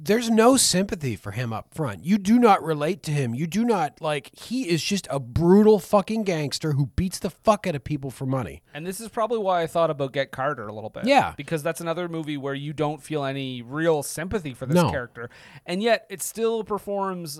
S3: there's no sympathy for him up front. You do not relate to him. You do not like he is just a brutal fucking gangster who beats the fuck out of people for money.
S2: And this is probably why I thought about Get Carter a little bit.
S3: Yeah.
S2: Because that's another movie where you don't feel any real sympathy for this
S3: No.
S2: character. And yet it still performs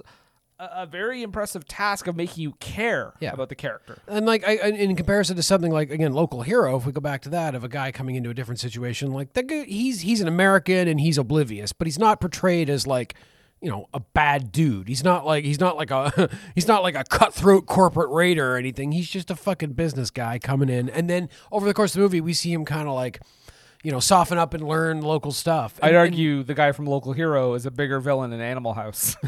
S2: a, a very impressive task of making you care
S3: Yeah.
S2: about the character.
S3: And like I, in in comparison to something like again local hero, if we go back to that of a guy coming into a different situation, like that guy- he's he's an American and he's oblivious, but he's not portrayed as like you know a bad dude. He's not like he's not like a he's not like a cutthroat corporate raider or anything. He's just a fucking business guy coming in. And then over the course of the movie, we see him kind of like you know soften up and learn local stuff.
S2: I'd
S3: And-
S2: argue the guy from Local Hero is a bigger villain in Animal House.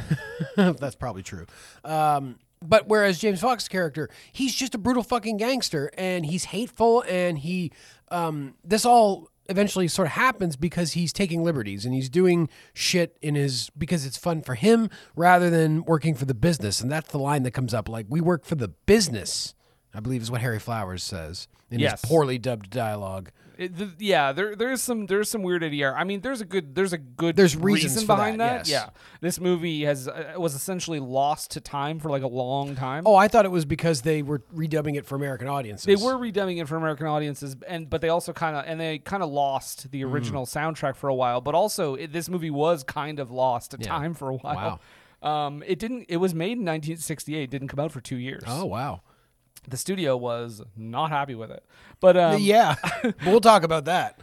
S3: That's probably true. Um, but whereas James Fox's character, he's just a brutal fucking gangster, and he's hateful, and he, um, this all eventually sort of happens because he's taking liberties and he's doing shit in his because it's fun for him rather than working for the business, and that's the line that comes up like we work for the business I believe is what Harry Flowers says in
S2: Yes.
S3: his poorly dubbed dialogue.
S2: It, th- yeah, there there is some there's some weird ADR. I mean, there's a good there's a good
S3: There's reasons
S2: reason
S3: for
S2: behind
S3: that, yes.
S2: Yeah, this movie has uh, was essentially lost to time for like a long time.
S3: Oh, I thought it was because they were redubbing it for American audiences.
S2: They were redubbing it for American audiences, and but they also kind of and they kind of lost the
S3: Mm.
S2: original soundtrack for a while. But also, it, this movie was kind of lost to time for a while. Um, it didn't. It was made in 1968. Didn't come out for two years.
S3: Oh wow.
S2: the studio was not happy with it. But um,
S3: yeah, we'll talk about that.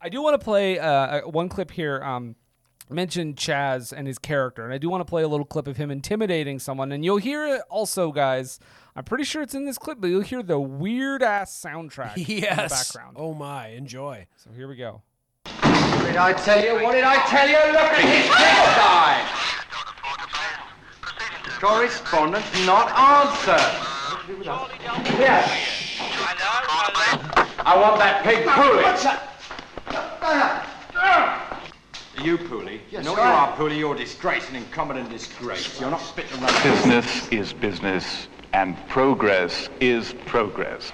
S2: I do want to play uh, uh, one clip here. Um, mentioned Chaz and his character, and I do want to play a little clip of him intimidating someone. And you'll hear it also, guys. I'm pretty sure it's in this clip, but you'll hear the weird ass soundtrack in the background.
S3: Oh my, enjoy.
S2: So here we go.
S5: What did I tell you? What did I tell you? Look at his head Correspondence not answered. Here. I want that pig Pooley. You, Pooley? Yes, you know what you are, Pooley? You're a disgrace, an incompetent disgrace. You're not fit to run.
S6: Business is business, and progress is progress.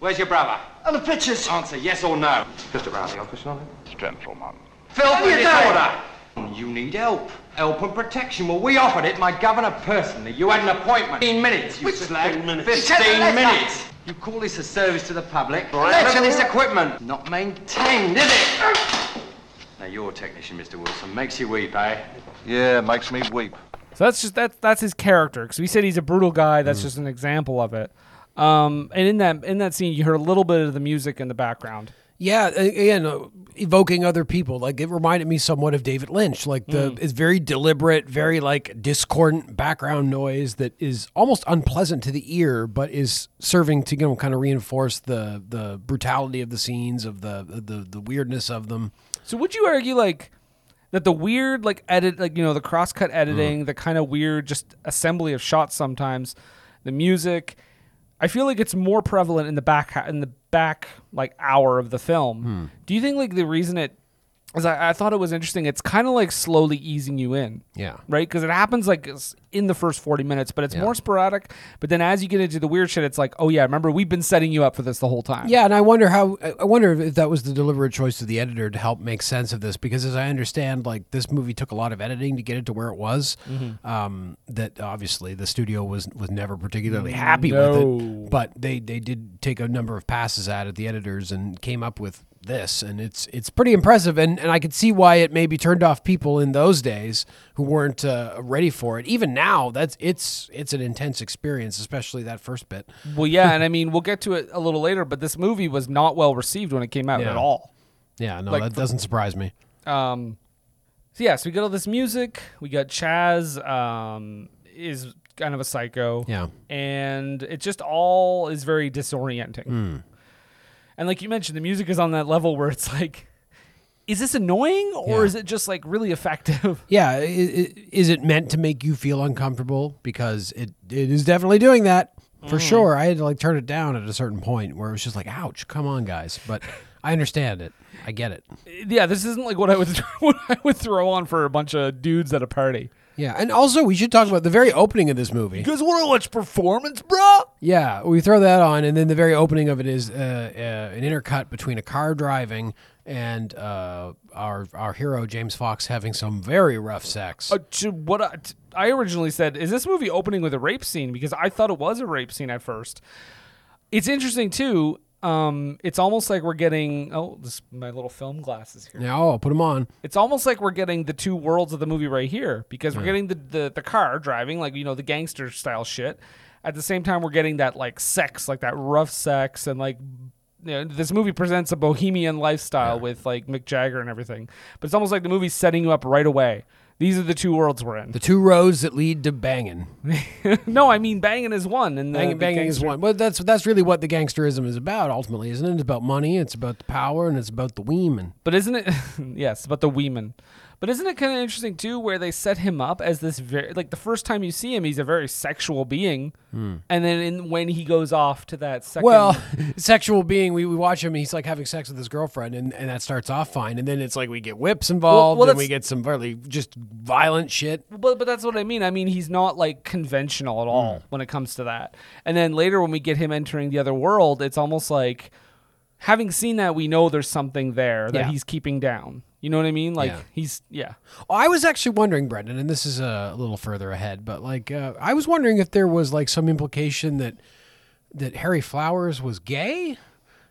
S5: Where's your brother? On the pictures. Answer yes or no. Just around the office, not
S6: Gentlemen,
S5: Filth and disorder. You need help. Help and protection. Well, we offered it, my governor personally. You had an appointment. 15 minutes, you slag. 15 minutes. 15 minutes. You call this a service to the public? Letter this equipment. Not maintained, is it? Now, your technician, Mr. Wilson, makes you weep, eh?
S6: Yeah, makes me weep.
S2: So that's just that that's his character because we said he's a brutal guy. That's just an example of it. Um, and in that in that scene, you heard a little bit of the music in the background.
S3: Yeah, a- again, uh, evoking other people. Like it reminded me somewhat of David Lynch. Like the it's very deliberate, very like discordant background noise that is almost unpleasant to the ear, but is serving to you know kind of reinforce the the brutality of the scenes, of the the the weirdness of them.
S2: So would you argue like that the weird like edit like you know the cross cut editing, the kind of weird just assembly of shots sometimes, the music. I feel like it's more prevalent in the back ha- in the back like hour of the film. Do you think like the reason it is I, I thought it was interesting. It's kind of like slowly easing you in.
S3: Yeah.
S2: Right? Because it happens like s- in the first 40 minutes, but it's more sporadic. But then as you get into the weird shit, it's like, oh, yeah, remember, we've been setting you up for this the whole time.
S3: Yeah, and I wonder how I wonder if that was the deliberate choice of the editor to help make sense of this because, as I understand, like this movie took a lot of editing to get it to where it was.
S2: Mm-hmm.
S3: Um, that obviously the studio was was never particularly happy with
S2: No.
S3: it, but they they did take a number of passes at it, the editors, and came up with this, and it's it's pretty impressive, and and I could see why it maybe turned off people in those days who weren't uh, ready for it. Even now, that's it's it's an intense experience, especially that first bit.
S2: Well, yeah. and I mean, we'll get to it a little later, but this movie was not well received when it came out
S3: Yeah.
S2: at all.
S3: Yeah, no,
S2: Like,
S3: that
S2: for-
S3: doesn't surprise me.
S2: Um, so, yeah, so we got all this music. We got Chaz um, is kind of a psycho.
S3: Yeah.
S2: And it just all is very disorienting.
S3: Hmm.
S2: And like you mentioned, the music is on that level where it's like, is this annoying or
S3: Yeah.
S2: is it just like really effective?
S3: Yeah, i- i- is it meant to make you feel uncomfortable? Because it it is definitely doing that
S2: Mm.
S3: for sure. I had to like turn it down at a certain point where it was just like, ouch, come on, guys. But I understand it. I get it.
S2: yeah, this isn't like what I would what I would throw on for a bunch of dudes at a party.
S3: Yeah, and also we should talk about the very opening of this movie.
S2: guys want to watch performance, bro?
S3: Yeah, we throw that on, and then the very opening of it is uh, uh, an intercut between a car driving and uh, our our hero James Fox having some very rough sex.
S2: Uh, to what I, t- I originally said is this movie opening with a rape scene because I thought it was a rape scene at first. It's interesting too. Um, it's almost like we're getting oh, this my little film glasses here.
S3: Now, oh, put him on.
S2: It's almost like we're getting the two worlds of the movie right here because we're getting the, the the car driving like you know the gangster style shit. At the same time, we're getting that like sex, like that rough sex, and like you know, this movie presents a bohemian lifestyle with like Mick Jagger and everything. But it's almost like the movie's setting you up right away. These are the two worlds we're in.
S3: The two roads that lead to banging.
S2: no, I mean banging is one, and the-
S3: Banging,
S2: the
S3: banging is
S2: gangster-
S3: one. But that's that's really what the gangsterism is about, ultimately, isn't it? It's about money, it's about the power, and it's about the weeman.
S2: But isn't it? yes, but the women. But isn't it kind of interesting too, where they set him up as this very like the first time you see him, he's a very sexual being, and then in, when he goes off to that second,
S3: Hmm. Well, sexual being, we, we watch him. He's like having sex with his girlfriend, and, and that starts off fine. And then it's like we get whips involved,
S2: well,
S3: and we
S2: that's-
S3: get some really just violent shit.
S2: But but that's what I mean. I mean he's not like conventional
S3: Hmm.
S2: at all when it comes to that. And then later when we get him entering the other world, it's almost like having seen that we know there's something there that
S3: Yeah.
S2: he's keeping down. You know what I mean? Like
S3: Yeah.
S2: he's yeah.
S3: I was actually wondering, Brendan, and this is uh, a little further ahead, but like uh, I was wondering if there was like some implication that that Harry Flowers was gay,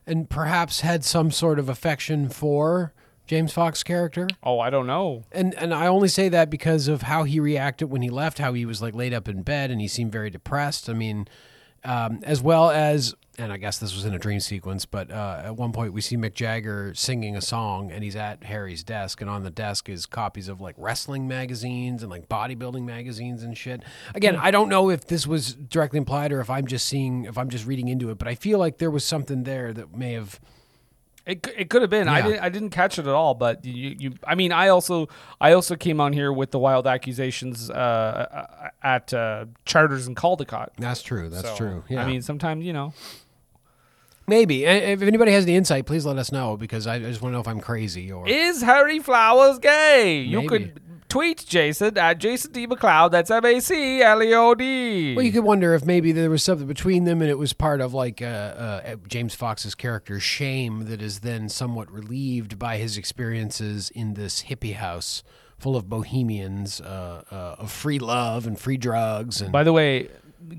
S3: and perhaps had some sort of affection for James Fox character.
S2: Oh, I don't know.
S3: And and I only say that because of how he reacted when he left, how he was like laid up in bed, and he seemed very depressed. I mean, um, as well as. And I guess this was in a dream sequence, but uh, at one point we see Mick Jagger singing a song, and he's at Harry's desk, and on the desk is copies of like wrestling magazines and like bodybuilding magazines and shit. Again, I don't know if this was directly implied or if I'm just seeing, if I'm just reading into it, but I feel like there was something there that may have
S2: It, c- it could have been. I
S3: Yeah.
S2: didn't I didn't catch it at all. But you, you I mean I also I also came on here with the wild accusations uh, at uh, Charters and Caldecott.
S3: That's true. That's
S2: So,
S3: true. Yeah.
S2: I mean sometimes you know
S3: maybe. And If anybody has any insight, please let us know because I I just want to know if I'm crazy or.
S2: Is Harry Flowers gay? You
S3: Maybe.
S2: could tweet Jason at Jason D. McLeod. That's M A C L E O D.
S3: well, you could wonder if maybe there was something between them, and it was part of like uh, uh, James Fox's character's shame that is then somewhat relieved by his experiences in this hippie house full of bohemians, uh, uh, of free love and free drugs, and
S2: By the way,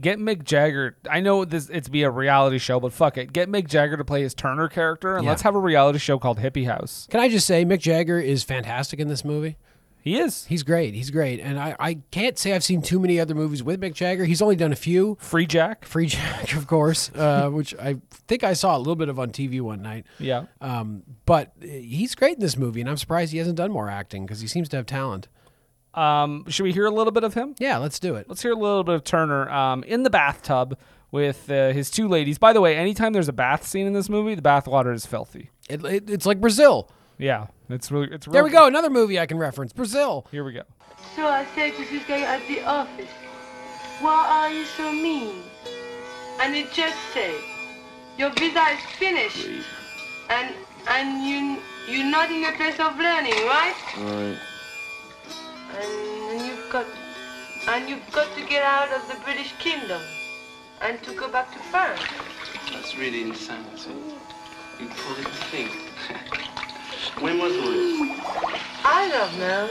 S2: get Mick Jagger. I know this it's be a reality show, but fuck it. Get Mick Jagger to play his Turner character, and
S3: Yeah.
S2: let's have a reality show called Hippie House.
S3: can I just say Mick Jagger is fantastic in this movie.
S2: He is
S3: He's great. He's great, and I, I can't say I've seen too many other movies with Mick Jagger. He's only done a few.
S2: free Jack.
S3: Free Jack, of course, uh, which I think I saw a little bit of on TV one night.
S2: Yeah.
S3: Um, but he's great in this movie, and I'm surprised he hasn't done more acting because he seems to have talent.
S2: Um, should we hear a little bit of him?
S3: Yeah, let's do it.
S2: Let's hear a little bit of Turner um, in the bathtub with uh, his two ladies. By the way, anytime there's a bath scene in this movie, the bath water is filthy.
S3: It, it- it's like Brazil.
S2: Yeah, it's really it's.
S3: There
S2: real-
S3: we go. Another movie I can reference. Brazil.
S2: Here we go.
S7: So I said to this guy at the office, why are you so mean? And he just said, your visa is finished. And and you you're not in your place of learning, right?
S8: Right.
S7: And, and you've got and you've got to get out of the British Kingdom and to go back to France.
S8: That's really insanity. You call it a thing. when was all this?
S7: I don't know.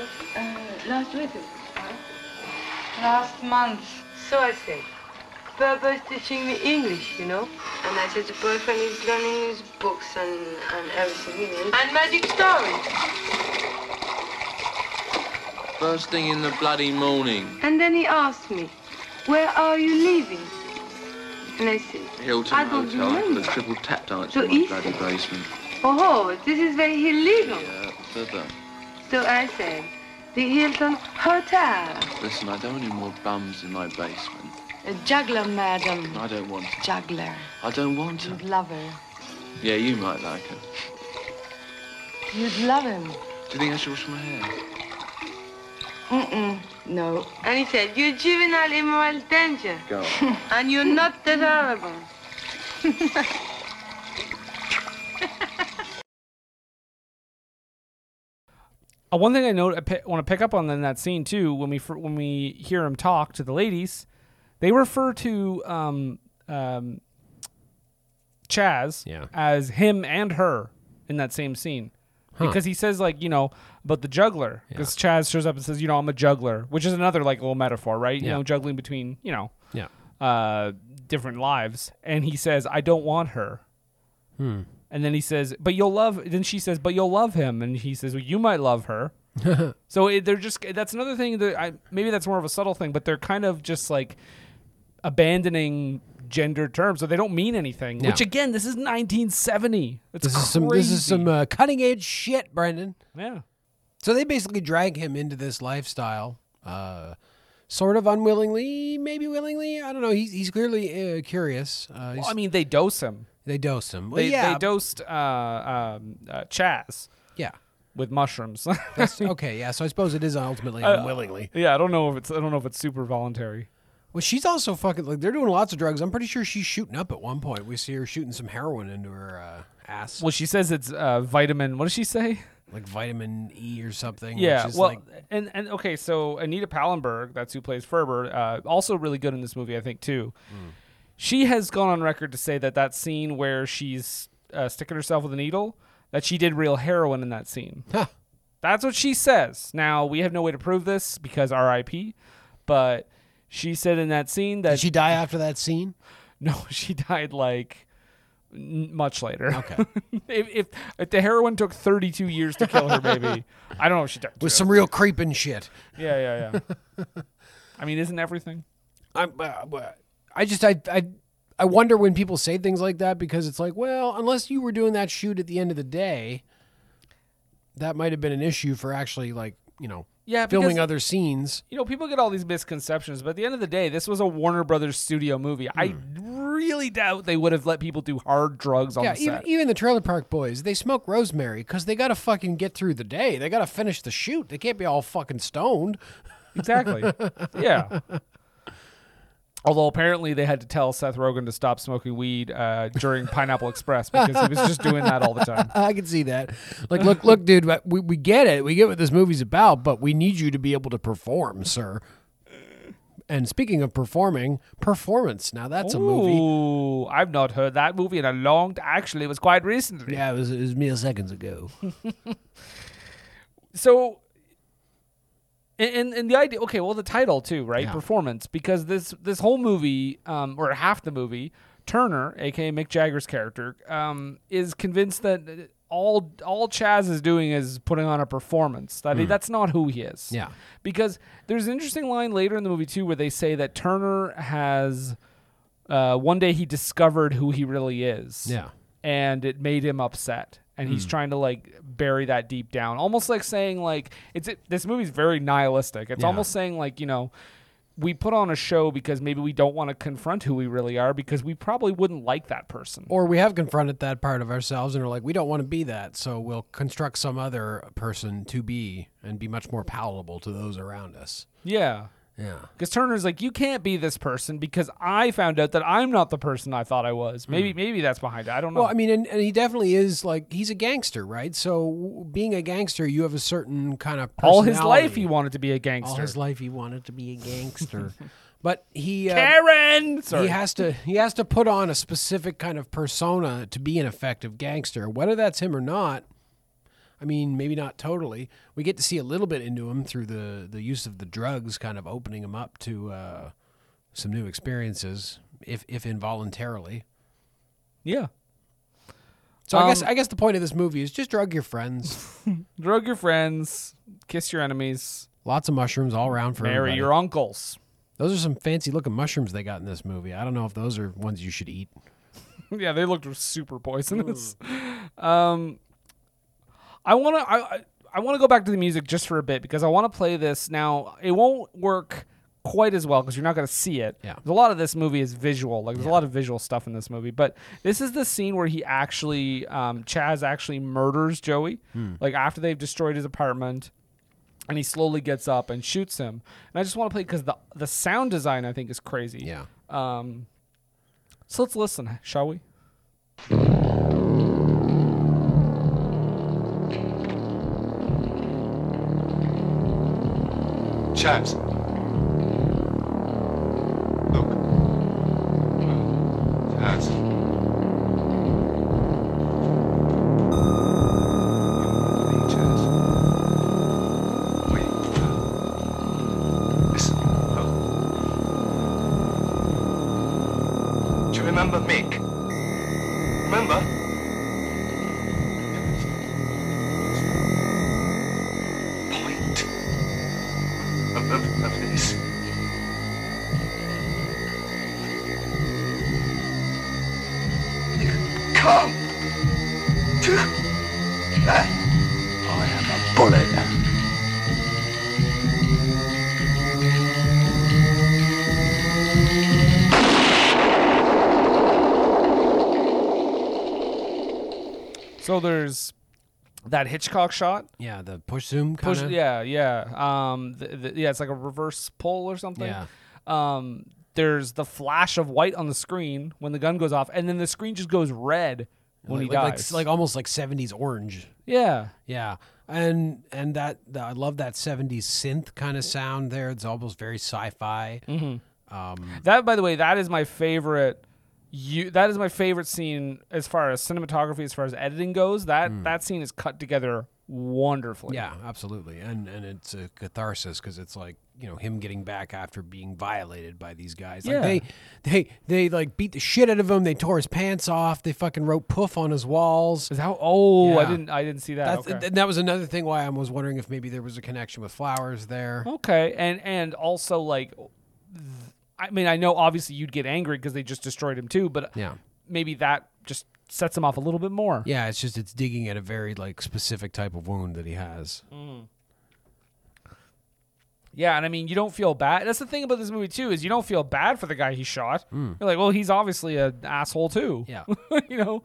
S9: Last month.
S7: So I said, Papa is teaching me English, you know.
S9: And I said the boyfriend is learning his books and, and everything, you know.
S7: And magic stories.
S8: First thing in the bloody morning.
S7: And then he asked me, where are you leaving? And I said,
S8: Hilton
S7: I don't
S8: Hotel. I put a
S7: remember.
S8: triple tap dance
S7: So
S8: in my
S7: easy.
S8: bloody basement.
S7: Oh, this is very illegal.
S8: Yeah, further.
S7: So I said, the Hilton Hotel.
S8: Listen, I don't want any more bums in my basement.
S9: A juggler, madam.
S8: I don't want 'em.
S9: Juggler.
S8: I don't want
S9: You'd
S8: them.
S9: love her.
S8: Yeah, you might like them.
S9: You'd love him.
S8: Do you think I should wash my hair?
S9: Mm-mm. No.
S7: And he said, you're juvenile immoral danger.
S8: Go on.
S7: And you're not desirable.
S2: Uh, one thing I know I pi- want to pick up on in that scene too, when we fir- when we hear him talk to the ladies, they refer to um, um, Chaz
S3: Yeah.
S2: as him and her in that same scene. Because he says like you know about the juggler, because Chaz shows up and says you know I'm a juggler, which is another like little metaphor, right? You
S3: Yeah.
S2: know juggling between you know
S3: Yeah.
S2: uh, different lives, and he says, "I don't want her."
S3: Hmm.
S2: And then he says, "But you'll love." Then she says, "But you'll love him," and he says, "Well, you might love her." so it, they're just that's another thing that I maybe that's more of a subtle thing, but they're kind of just like abandoning gender terms, so they don't mean anything.
S3: Yeah.
S2: Which again, this is 1970. That's
S3: This is
S2: crazy.
S3: some. This is some uh, cutting edge shit, Brendan.
S2: yeah.
S3: So they basically drag him into this lifestyle, uh, sort of unwillingly, maybe willingly. I don't know. He's, he's clearly uh, curious. Uh, he's-
S2: Well, I mean, they dose him.
S3: they dose him. Well,
S2: They,
S3: yeah,
S2: they dosed uh, um, uh, Chaz.
S3: yeah.
S2: with mushrooms.
S3: That's- okay, yeah. So I suppose it is ultimately
S2: Uh,
S3: unwillingly.
S2: yeah, I don't know if it's I don't know if it's super voluntary.
S3: Well, she's also fucking like they're doing lots of drugs. I'm pretty sure she's shooting up at one point. We see her shooting some heroin into her uh, ass,
S2: Well, she says it's uh, vitamin. What does she say?
S3: like vitamin E or something.
S2: Yeah,
S3: which is
S2: well,
S3: like,
S2: and and okay, so Anita Pallenberg, that's who plays Ferber, uh, also really good in this movie, I think too.
S3: Hmm.
S2: She has gone on record to say that that scene where she's uh, sticking herself with a needle, that she did real heroin in that scene.
S3: Huh.
S2: That's what she says. Now we have no way to prove this because R.I.P. But she said in that scene that
S3: did she die after that scene?
S2: no, she died like n- much later.
S3: Okay.
S2: if, if if the heroin took 32 years to kill her baby, I don't know if she died.
S3: With
S2: too.
S3: some real creeping shit.
S2: Yeah, yeah, yeah. I mean, isn't everything?
S3: I'm, uh, uh, I just I, I I wonder when people say things like that because it's like, well, unless you were doing that shoot at the end of the day, that might have been an issue for actually like you know
S2: Yeah,
S3: filming
S2: because-
S3: other scenes.
S2: You know, people get all these misconceptions, but at the end of the day, this was a Warner Brothers studio movie. I
S3: Hmm.
S2: really doubt they would have let people do hard drugs on
S3: Yeah,
S2: the
S3: even,
S2: set.
S3: even the Trailer Park Boys, they smoke rosemary because they got to fucking get through the day. They got to finish the shoot. They can't be all fucking stoned.
S2: exactly. Yeah. Although apparently they had to tell Seth Rogen to stop smoking weed uh, during Pineapple Express because he was just doing that all the time.
S3: I can see that. Like, look, look, dude, we, we get it. We get what this movie's about, but we need you to be able to perform, sir. And speaking of performing, performance. Now that's a movie.
S2: Ooh, I've not heard that movie in a long. T- Actually, it was quite recently.
S3: Yeah, it was, it was mere seconds ago.
S2: so and- and and the idea okay well the title too right performance because this this whole movie um or half the movie turner aka mick jagger's character um is convinced that all all chaz is doing is putting on a performance that he, that's not who he is
S3: Yeah.
S2: because there's an interesting line later in the movie too where they say that turner has uh one day he discovered who he really is
S3: Yeah. Hmm.
S2: and it made him upset and he's trying to like bury that deep down almost like saying like it's it, this movie's very nihilistic it's almost saying like you know we put on a show because maybe we don't want to confront who we really are because we probably wouldn't like that person
S3: or we have confronted that part of ourselves and are like, we don't want to be that, so we'll construct some other person to be and be much more palatable to those around us.
S2: yeah
S3: Yeah.
S2: because turner's like you can't be this person because i found out that i'm not the person i thought i was maybe maybe that's behind it i don't know
S3: Hmm. Well, I mean, and, and he definitely is like he's a gangster, right? So w- being a gangster, you have a certain kind of
S2: all his life
S3: personality.
S2: he wanted to be a gangster
S3: all his life he wanted to be a gangster, but he uh,
S2: karen sorry
S3: he has to he has to put on a specific kind of persona to be an effective gangster, whether that's him or not. I mean, maybe not totally. We get to see a little bit into him through the the use of the drugs, kind of opening him up to uh, some new experiences, if if involuntarily.
S2: yeah
S3: So I guess
S2: Um,
S3: I guess the point of this movie is just drug your friends.
S2: drug your friends kiss your enemies
S3: Lots of mushrooms all around for
S2: marry
S3: everybody.
S2: your uncles
S3: Those are some fancy looking mushrooms they got in this movie. I don't know if those are ones you should eat.
S2: yeah, they looked super poisonous. Um, I want to I I- I want to go back to the music just for a bit because I want to play this now. It won't work quite as well because you're not going to see it.
S3: Yeah.
S2: There's A lot of this movie is visual. Like there's a lot of visual stuff in this movie, but this is the scene where he actually um, Chaz actually murders Joey.
S3: Hmm.
S2: Like after they've destroyed his apartment. And he slowly gets up and shoots him. And I just want to play because the the sound design I think is crazy.
S3: Yeah.
S2: Um, so let's listen, shall we?
S8: Chaps. Look. Chaz. You need Chaz. Wait. Listen. Look. Do you remember Mick? Remember? Point of, of, of this. Come to that. I am a bullet.
S2: So there's That Hitchcock shot.
S3: Yeah, the push zoom kind
S2: Push,
S3: of.
S2: yeah, yeah. Um, th th yeah, it's like a reverse pull or something.
S3: Yeah.
S2: Um, there's the flash of white on the screen when the gun goes off, and then the screen just goes red when
S3: like,
S2: he
S3: like,
S2: dies.
S3: like almost like '70s orange.
S2: yeah,
S3: Yeah, and and that the, I love that '70s synth kind of sound there. It's almost very sci-fi.
S2: that by the way, that is my favorite. You that is my favorite scene as far as cinematography, as far as editing goes. That that scene is cut together wonderfully.
S3: Hmm. Yeah, absolutely, and and it's a catharsis because it's like you know him getting back after being violated by these guys. Like
S2: Yeah.
S3: they they they like beat the shit out of him. They tore his pants off. They fucking wrote "poof" on his walls.
S2: Is how? Oh, I
S3: Yeah.
S2: didn't I didn't see that.
S3: That's,
S2: okay.
S3: th- that was another thing why I was wondering if maybe there was a connection with flowers there.
S2: Okay, and and also like, th- I mean, I know obviously you'd get angry because they just destroyed him too, but
S3: Yeah.
S2: maybe that just sets him off a little bit more.
S3: Yeah, it's just it's digging at a very like specific type of wound that he has.
S2: Yeah, and I mean, you don't feel bad. That's the thing about this movie too is you don't feel bad for the guy he shot. You're like, well, he's obviously an asshole too.
S3: Mm. Yeah.
S2: you know.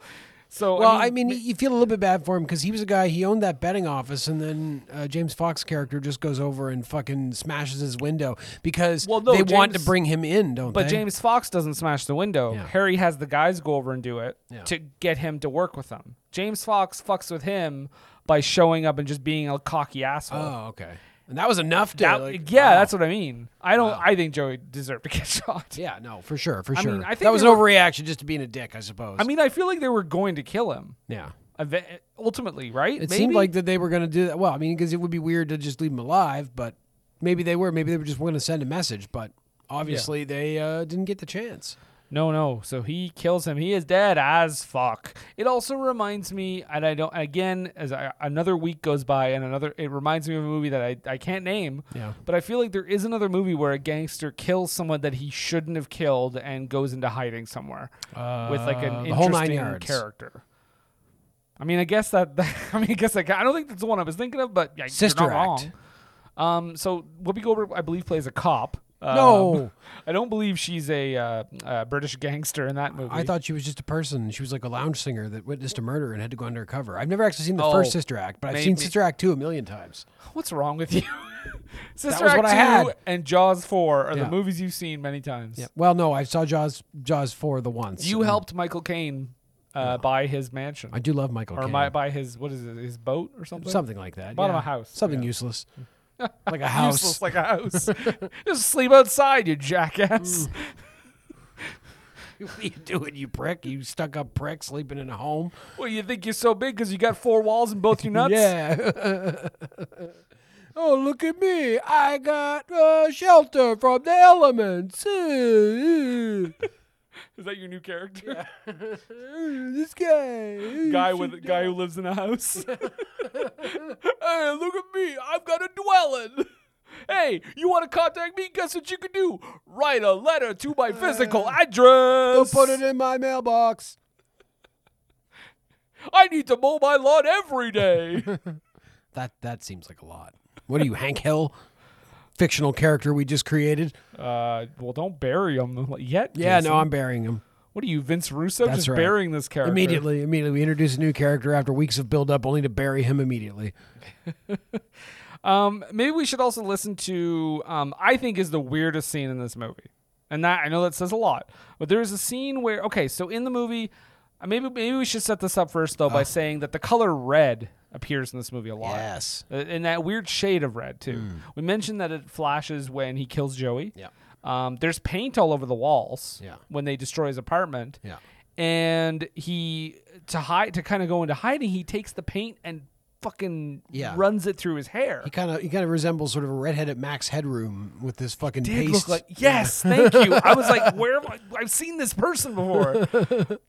S2: So
S3: Well,
S2: I
S3: I
S2: mean,
S3: mean, you feel a little bit bad for him because he was a guy he owned that betting office, and then uh, James Fox character just goes over and fucking smashes his window because
S2: Well, no,
S3: they want to
S2: James-
S3: bring him in, don't
S2: but
S3: they?
S2: James Fox doesn't smash the window.
S3: Yeah.
S2: Harry has the guys go over and do it
S3: Yeah.
S2: to get him to work with them. James Fox fucks with him by showing up and just being a cocky asshole.
S3: Oh, okay. And that was enough to.
S2: That-
S3: like, uh,
S2: yeah,
S3: wow.
S2: that's what I mean. I don't. I think Joey deserved to get shot.
S3: Yeah, no, for sure, for
S2: I
S3: sure.
S2: mean, I think
S3: that was
S2: they
S3: an
S2: were-
S3: overreaction just to being a dick, I suppose.
S2: I mean, I feel like they were going to kill him.
S3: yeah.
S2: eve- Ultimately, right?
S3: It seemed like that they were going to do that. Well, I mean, because it would be weird to just leave him alive, but maybe they were. Maybe they were just going to send a message, but obviously they uh, didn't get the chance.
S2: no, no. So he kills him. He is dead as fuck. It also reminds me, and I don't. Again, as I, another week goes by, and another, it reminds me of a movie that I, I can't name.
S3: Yeah.
S2: But I feel like there is another movie where a gangster kills someone that he shouldn't have killed and goes into hiding somewhere with like an
S3: Uh, the whole nine
S2: interesting
S3: yards.
S2: character. I mean, I guess that. I mean, I guess that. I don't think that's the one I was thinking of, but yeah,
S3: Sister
S2: you're not
S3: Act.
S2: wrong. Um, so Whoopi Goldberg, I believe, plays a cop. Um,
S3: No.
S2: I don't believe she's a uh, uh, British gangster in that movie.
S3: I thought she was just a person. She was like a lounge singer that witnessed a murder and had to go undercover. I've never actually seen the
S2: Oh,
S3: first Sister Act, but I've seen
S2: maybe-
S3: Sister Act 2 a million times.
S2: what's wrong with you? Sister
S3: was
S2: Act
S3: what I
S2: 2
S3: had.
S2: and Jaws Four are
S3: Yeah.
S2: the movies you've seen many times.
S3: Well, no, I saw Jaws Jaws 4 the once.
S2: You helped Michael Caine uh, buy his mansion.
S3: I do love Michael
S2: or
S3: Caine.
S2: my, buy his what is it? His boat or something?
S3: something like that.
S2: Bottom
S3: yeah.
S2: of house,
S3: Something
S2: yeah.
S3: useless. Like a house.
S2: Useless like a house. Just sleep outside, you jackass.
S3: what are you doing, you prick? You stuck up prick sleeping in a home?
S2: Well, you think you're so big because you got four walls and both your nuts?
S3: Yeah. oh, look at me. I got uh, shelter from the elements.
S2: Is that your new character?
S3: this guy.
S2: guy with guy who lives in a house. hey, look at me! I've got a dwelling. Hey, you want to contact me? Guess what you can do? Write a letter to my physical address.
S3: Uh, Don't put it in my mailbox.
S2: I need to mow my lawn every day.
S3: That that seems like a lot. What are you, Hank Hill? Fictional character we just created.
S2: uh, well, don't bury him yet.
S3: Yeah,
S2: Jason.
S3: no, I'm burying him
S2: What are you, Vince Russo?
S3: That's
S2: just
S3: right.
S2: burying this character
S3: immediately. Immediately, we introduce a new character after weeks of build up, only to bury him immediately.
S2: Um, maybe we should also listen to um, I think is the weirdest scene in this movie, and that I know that says a lot. But there is a scene where okay, so in the movie, uh, maybe maybe we should set this up first though
S3: Uh.
S2: by saying that the color red appears in this movie a lot.
S3: Yes. Mm.
S2: Uh, and that weird shade of red too. We mentioned that it flashes when he kills Joey.
S3: Yeah.
S2: Um, there's paint all over the walls.
S3: Yeah.
S2: When they destroy his apartment.
S3: Yeah.
S2: And he to hide to kind of go into hiding, he takes the paint and fucking
S3: Yeah.
S2: runs it through his hair.
S3: He kind of he kind of resembles sort of a redheaded Max Headroom with this fucking
S2: did
S3: paste.
S2: look like yes thank you i was like where have I, i've seen this person before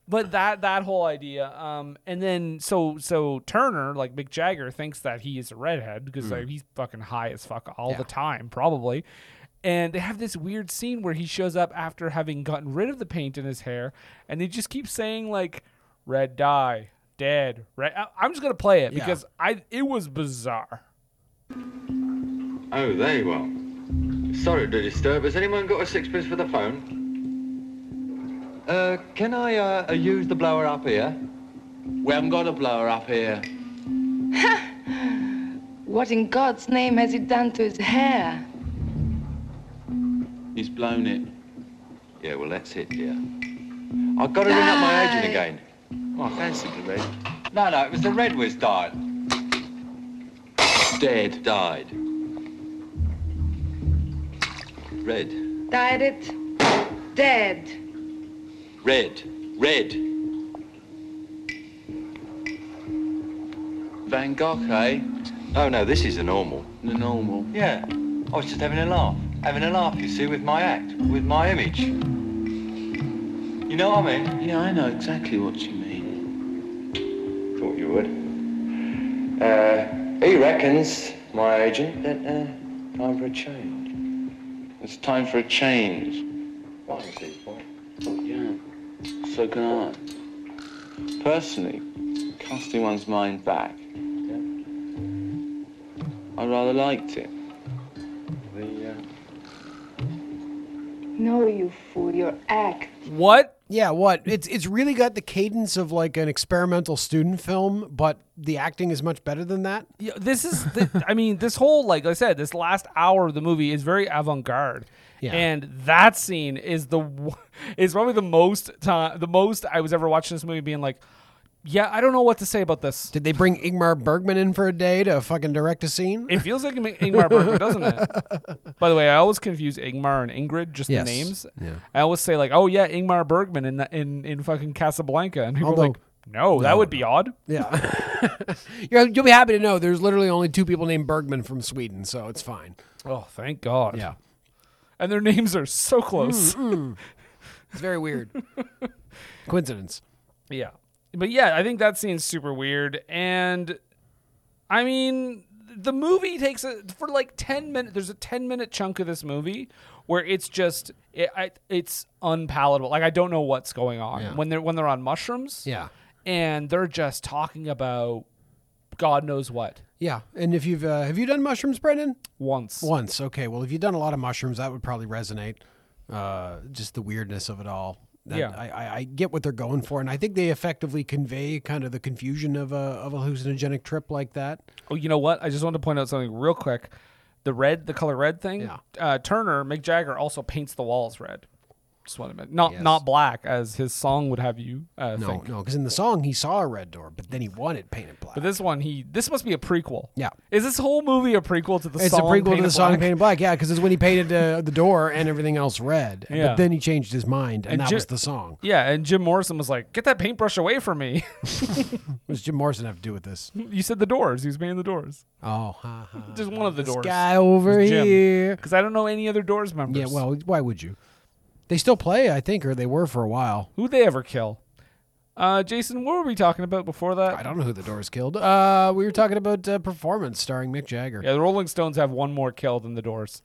S2: but that that whole idea um and then so so turner like mick jagger thinks that he is a redhead because like, he's fucking high as fuck all the time probably and they have this weird scene where he shows up after having gotten rid of the paint in his hair and they just keep saying like red dye dead right i'm just gonna play it
S3: Yeah.
S2: because i it was bizarre
S8: Oh, there you are. Sorry to disturb. Has anyone got a sixpence for the phone?
S5: Uh, can I uh, use the blower up here?
S8: We haven't got a blower up here.
S7: What in God's name has he done to his hair?
S8: He's blown it. Yeah, well, that's it, dear. I got to ring up my agent again. Oh, I fancied the red. No, no, it was the red was died. Dead. Died. Red.
S7: Dyed it dead.
S8: Red. Red. Van Gogh, eh? Oh no, this is the normal. The normal? Yeah. I was just having a laugh. Having a laugh, you see, with my act, with my image. You know what I mean? Yeah, I know exactly what you mean. Thought you would. Uh, he reckons, my agent, that uh, time for a change. It's time for a change. I can see his point. Yeah. So can I. Personally, casting one's mind back. I rather liked it. The, uh,
S7: No, you fool, your act.
S2: What?
S3: Yeah, what? It's it's really got the cadence of like an experimental student film, but the acting is much better than that.
S2: Yeah, this is the, i mean this whole like i said this last hour of the movie is very avant-garde
S3: Yeah.
S2: and that scene is the w- is probably the most time the most i was ever watching this movie being like yeah i don't know what to say about this
S3: Did they bring Ingmar Bergman in for a day to fucking direct a scene?
S2: it feels like Ing- Ingmar Bergman, doesn't it? By the way, I always confuse Ingmar and Ingrid, just
S3: Yes.
S2: the names.
S3: Yeah.
S2: I always say like, "Oh yeah, Ingmar Bergman in the, in in fucking Casablanca," and people
S3: Although-
S2: are like, "No, that would be odd."
S3: Yeah. You're, you'll be happy to know there's literally only two people named Bergman from Sweden, so it's fine.
S2: Oh, thank God. and their names are so
S3: Mm-hmm.
S2: close.
S3: It's very weird. Coincidence.
S2: Yeah. But yeah, I think that scene's super weird. And I mean, the movie takes a, for like 10 minutes. There's a 10 minute chunk of this movie where it's just, it, I, it's unpalatable. Like, I don't know what's going on when they're, when they're on mushrooms
S3: Yeah.
S2: and they're just talking about God knows what
S3: Yeah. And if you've, uh, have you done mushrooms, Brendan?
S2: once.
S3: Once. Okay. Well, if you've done a lot of mushrooms, that would probably resonate. Uh, just the weirdness of it all. That-
S2: Yeah.
S3: I, I, I get what they're going for, and I think they effectively convey kind of the confusion of a, of a hallucinogenic trip like that.
S2: Oh, you know what? I just wanted to point out something real quick. The red, the color red thing.
S3: Yeah.
S2: Uh, Turner, Mick Jagger, also paints the walls red. Just wanted to men- not not black as his song would have you uh,
S3: No,
S2: think.
S3: no, because in the song he saw a red door, but then he wanted painted black.
S2: But this one, he this must be a prequel.
S3: Yeah.
S2: Is this whole movie a prequel to the
S3: It's
S2: song?
S3: a prequel to
S2: Painted
S3: the song
S2: Black?
S3: Painted Black, yeah, because it's when he painted uh, the door and everything else red.
S2: Yeah.
S3: But then he changed his mind, and,
S2: And
S3: that
S2: Ju-
S3: was the song.
S2: Yeah, and Jim Morrison was like, "Get that paintbrush away from me."
S3: What does Jim Morrison have to do with this?
S2: you said the Doors. He was painting the Doors.
S3: Oh, ha, ha.
S2: Just one of the
S3: this
S2: Doors.
S3: guy over
S2: Jim.
S3: here.
S2: Because I don't know any other Doors members.
S3: Yeah, well, why would you? They still play, I think, or they were for a while.
S2: who they ever kill? Uh, Jason, what were we talking about before that?
S3: I don't know who the Doors killed. Uh, we were talking about uh, performance starring Mick Jagger.
S2: Yeah, the Rolling Stones have one more kill than the Doors.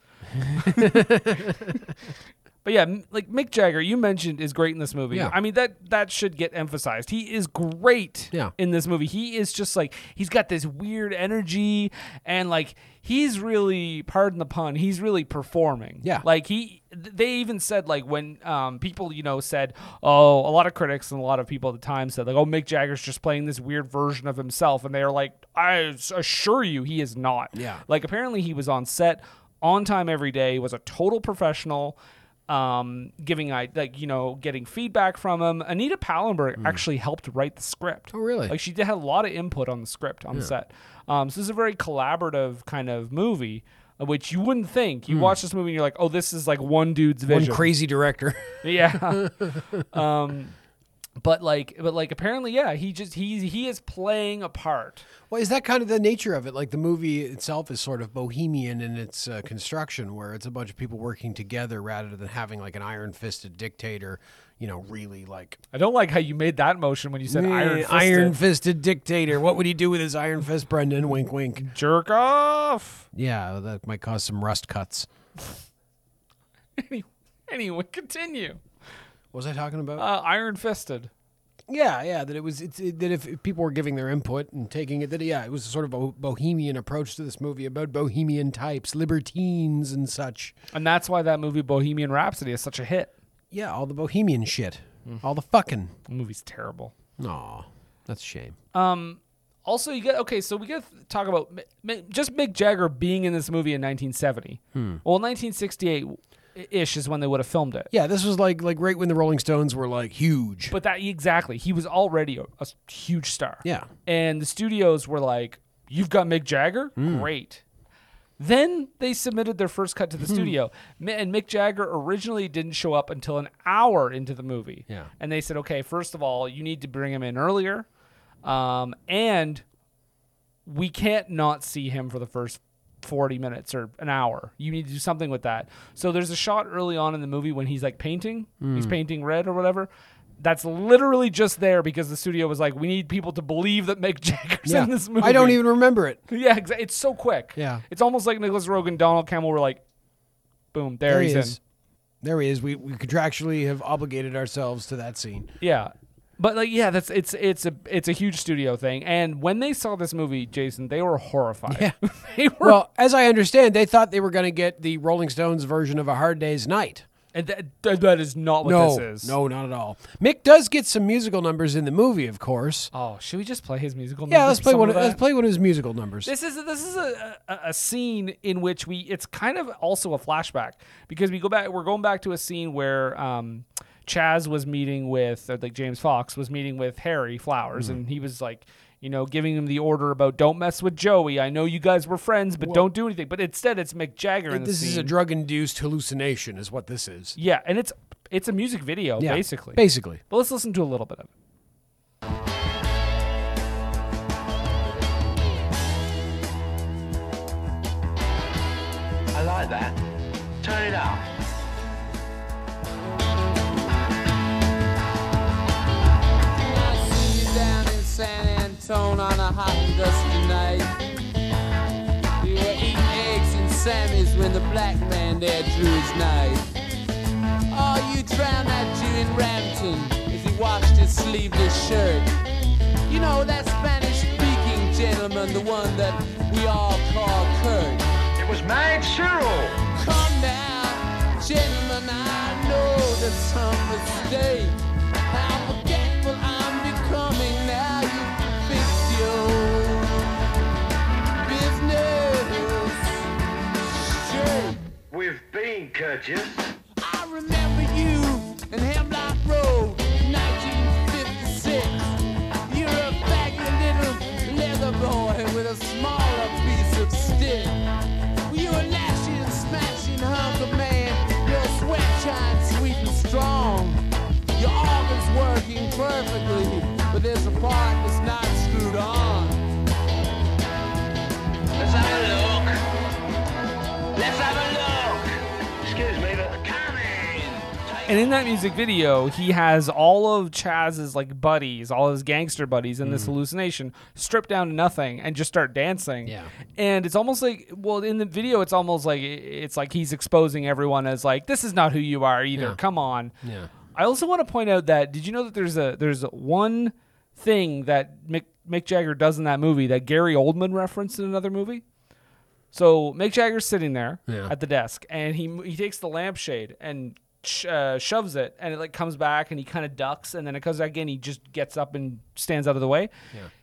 S2: but yeah, m- like Mick Jagger, you mentioned is great in this movie.
S3: Yeah.
S2: I mean that that should get emphasized. He is great
S3: Yeah.
S2: in this movie. He is just like he's got this weird energy and like he's really pardon the pun, he's really performing.
S3: Yeah.
S2: Like he th- they even said like when um, people you know said oh a lot of critics and a lot of people at the time said like oh Mick Jagger's just playing this weird version of himself and they are like I s- assure you he is not
S3: Yeah.
S2: like apparently he was on set on time every day, was a total professional, um, giving I like, you know, getting feedback from him. Anita Pallenberg actually helped write the script.
S3: Hmm. Oh, really?
S2: Like she did had a lot of input on the script on set. Um, so this is a very collaborative kind of movie. uh, Which you wouldn't think. You watch this movie and you're like, oh, this is like one dude's
S3: Hmm. One
S2: vision.
S3: crazy director.
S2: Yeah. um, but like, but like, apparently, yeah, he just he he is playing a part.
S3: Well, is that kind of the nature of it? Like the movie itself is sort of bohemian in its uh, construction, where it's a bunch of people working together rather than having like an iron-fisted dictator, you know, really like
S2: I don't like how you made that motion when you said iron.
S3: "Eh,
S2: Fisted.
S3: iron-fisted dictator. What would he do with his iron fist, Brendan? Wink, wink.
S2: jerk off.
S3: Yeah, that might cause some rust cuts.
S2: Any- anyway, continue.
S3: What was I talking about?
S2: Uh, Iron Fisted.
S3: yeah, yeah. That it was it's, it, that if, if people were giving their input and taking it, that yeah, it was a sort of a bohemian approach to this movie about bohemian types, libertines, and such.
S2: And that's why that movie Bohemian Rhapsody is such a hit.
S3: Yeah, all the bohemian shit, all the fucking.
S2: The movie's terrible.
S3: Aw, that's a shame.
S2: Also, you got okay. So we got to talk about Mi- Mi- just Mick Jagger being in this movie in 1970. Well, 1968 ish is when they would have filmed it.
S3: Hmm. Yeah, this was like like right when the Rolling Stones were like huge.
S2: But that exactly, he was already a, a s- huge star.
S3: Yeah.
S2: and the studios were like, "You've got Mick Jagger, great." Then they submitted their first cut to the studio, Mi- and Mick Jagger originally didn't show up until an hour into the movie.
S3: Yeah.
S2: and they said, "Okay, first of all, you need to bring him in earlier, um, and we can't not see him for the first." 40 minutes or an hour. You need to do something with that. So there's a shot early on in the movie when he's like painting. He's
S3: Hmm.
S2: painting red or whatever. That's literally just there because the studio was like, we need people to believe that Mick Jagger's
S3: yeah.
S2: in this movie.
S3: I don't even remember it.
S2: Yeah, exa- it's so quick.
S3: Yeah.
S2: It's almost like Nicholas Rogan, Donald Campbell were like, boom, there,
S3: There
S2: he's
S3: he is.
S2: in.
S3: There he is. We we contractually have obligated ourselves to that scene.
S2: Yeah. But like, yeah, that's it's it's a it's a huge studio thing. And when they saw this movie, Jason, they were horrified.
S3: Yeah.
S2: they were
S3: Well, as I understand, they thought they were going to get the Rolling Stones version of A Hard Day's Night.
S2: and that, that- that is not what
S3: no,
S2: this is.
S3: no, not at all. Mick does get some musical numbers in the movie, of course.
S2: Oh, should we just play his musical?
S3: Yeah,
S2: number
S3: let's
S2: for
S3: play
S2: some
S3: one.
S2: of
S3: Of,
S2: that?
S3: let's play one of his musical numbers.
S2: This is this is a, a, a scene in which we it's kind of also a flashback because we go back we're going back to a scene where um, Chaz was meeting with or like James Fox was meeting with Harry Flowers and he was like you know giving him the order about don't mess with Joey I know you guys were friends but don't do anything but instead it's Mick Jagger in the
S3: this is a
S2: scene.
S3: drug-induced hallucination, is what this is.
S2: yeah and it's it's a music video
S3: Yeah,
S2: basically
S3: Basically.
S2: but let's listen to a little bit of it.
S8: I like that. Turn it up.
S10: I see you down in San Antone on a hot and dusty night. We were eating eggs and Sammy's when the black man there drew his knife. Oh, you drowned that Jew in Rampton as he washed his sleeveless shirt. You know, that Spanish speaking gentleman, the one that we all call Kurt.
S8: It was Mad Cyril.
S10: Come down, gentlemen, I know that some mistake. How forgetful I'm becoming now you fix your business straight.
S8: We've been courteous.
S10: I remember you in Hemlock Road, 1956. You're a faggot little leather boy with a smaller piece of stick. You were lashing and smashing hunger man. Your sweat shines sweet and strong. Your organs working perfectly, but there's a part that's not screwed on.
S8: Let's have a look. Let's have a look. Excuse me, but come in.
S2: And in that music video, he has all of Chaz's like buddies, all his gangster buddies
S3: Mm.
S2: in this hallucination, stripped down to nothing and just start dancing.
S3: Yeah.
S2: And it's almost like, well, in the video, it's almost like it's like he's exposing everyone as like, this is not who you are either. Come on.
S3: Yeah.
S2: I also want to point out that did you know that there's a there's one thing that Mick, Mick Jagger does in that movie that Gary Oldman referenced in another movie. So Mick Jagger's sitting there
S3: Yeah.
S2: at the desk, and he he takes the lampshade and sh- uh, shoves it, and it like comes back, and he kind of ducks, and then it comes back again. He just gets up and stands out of the way.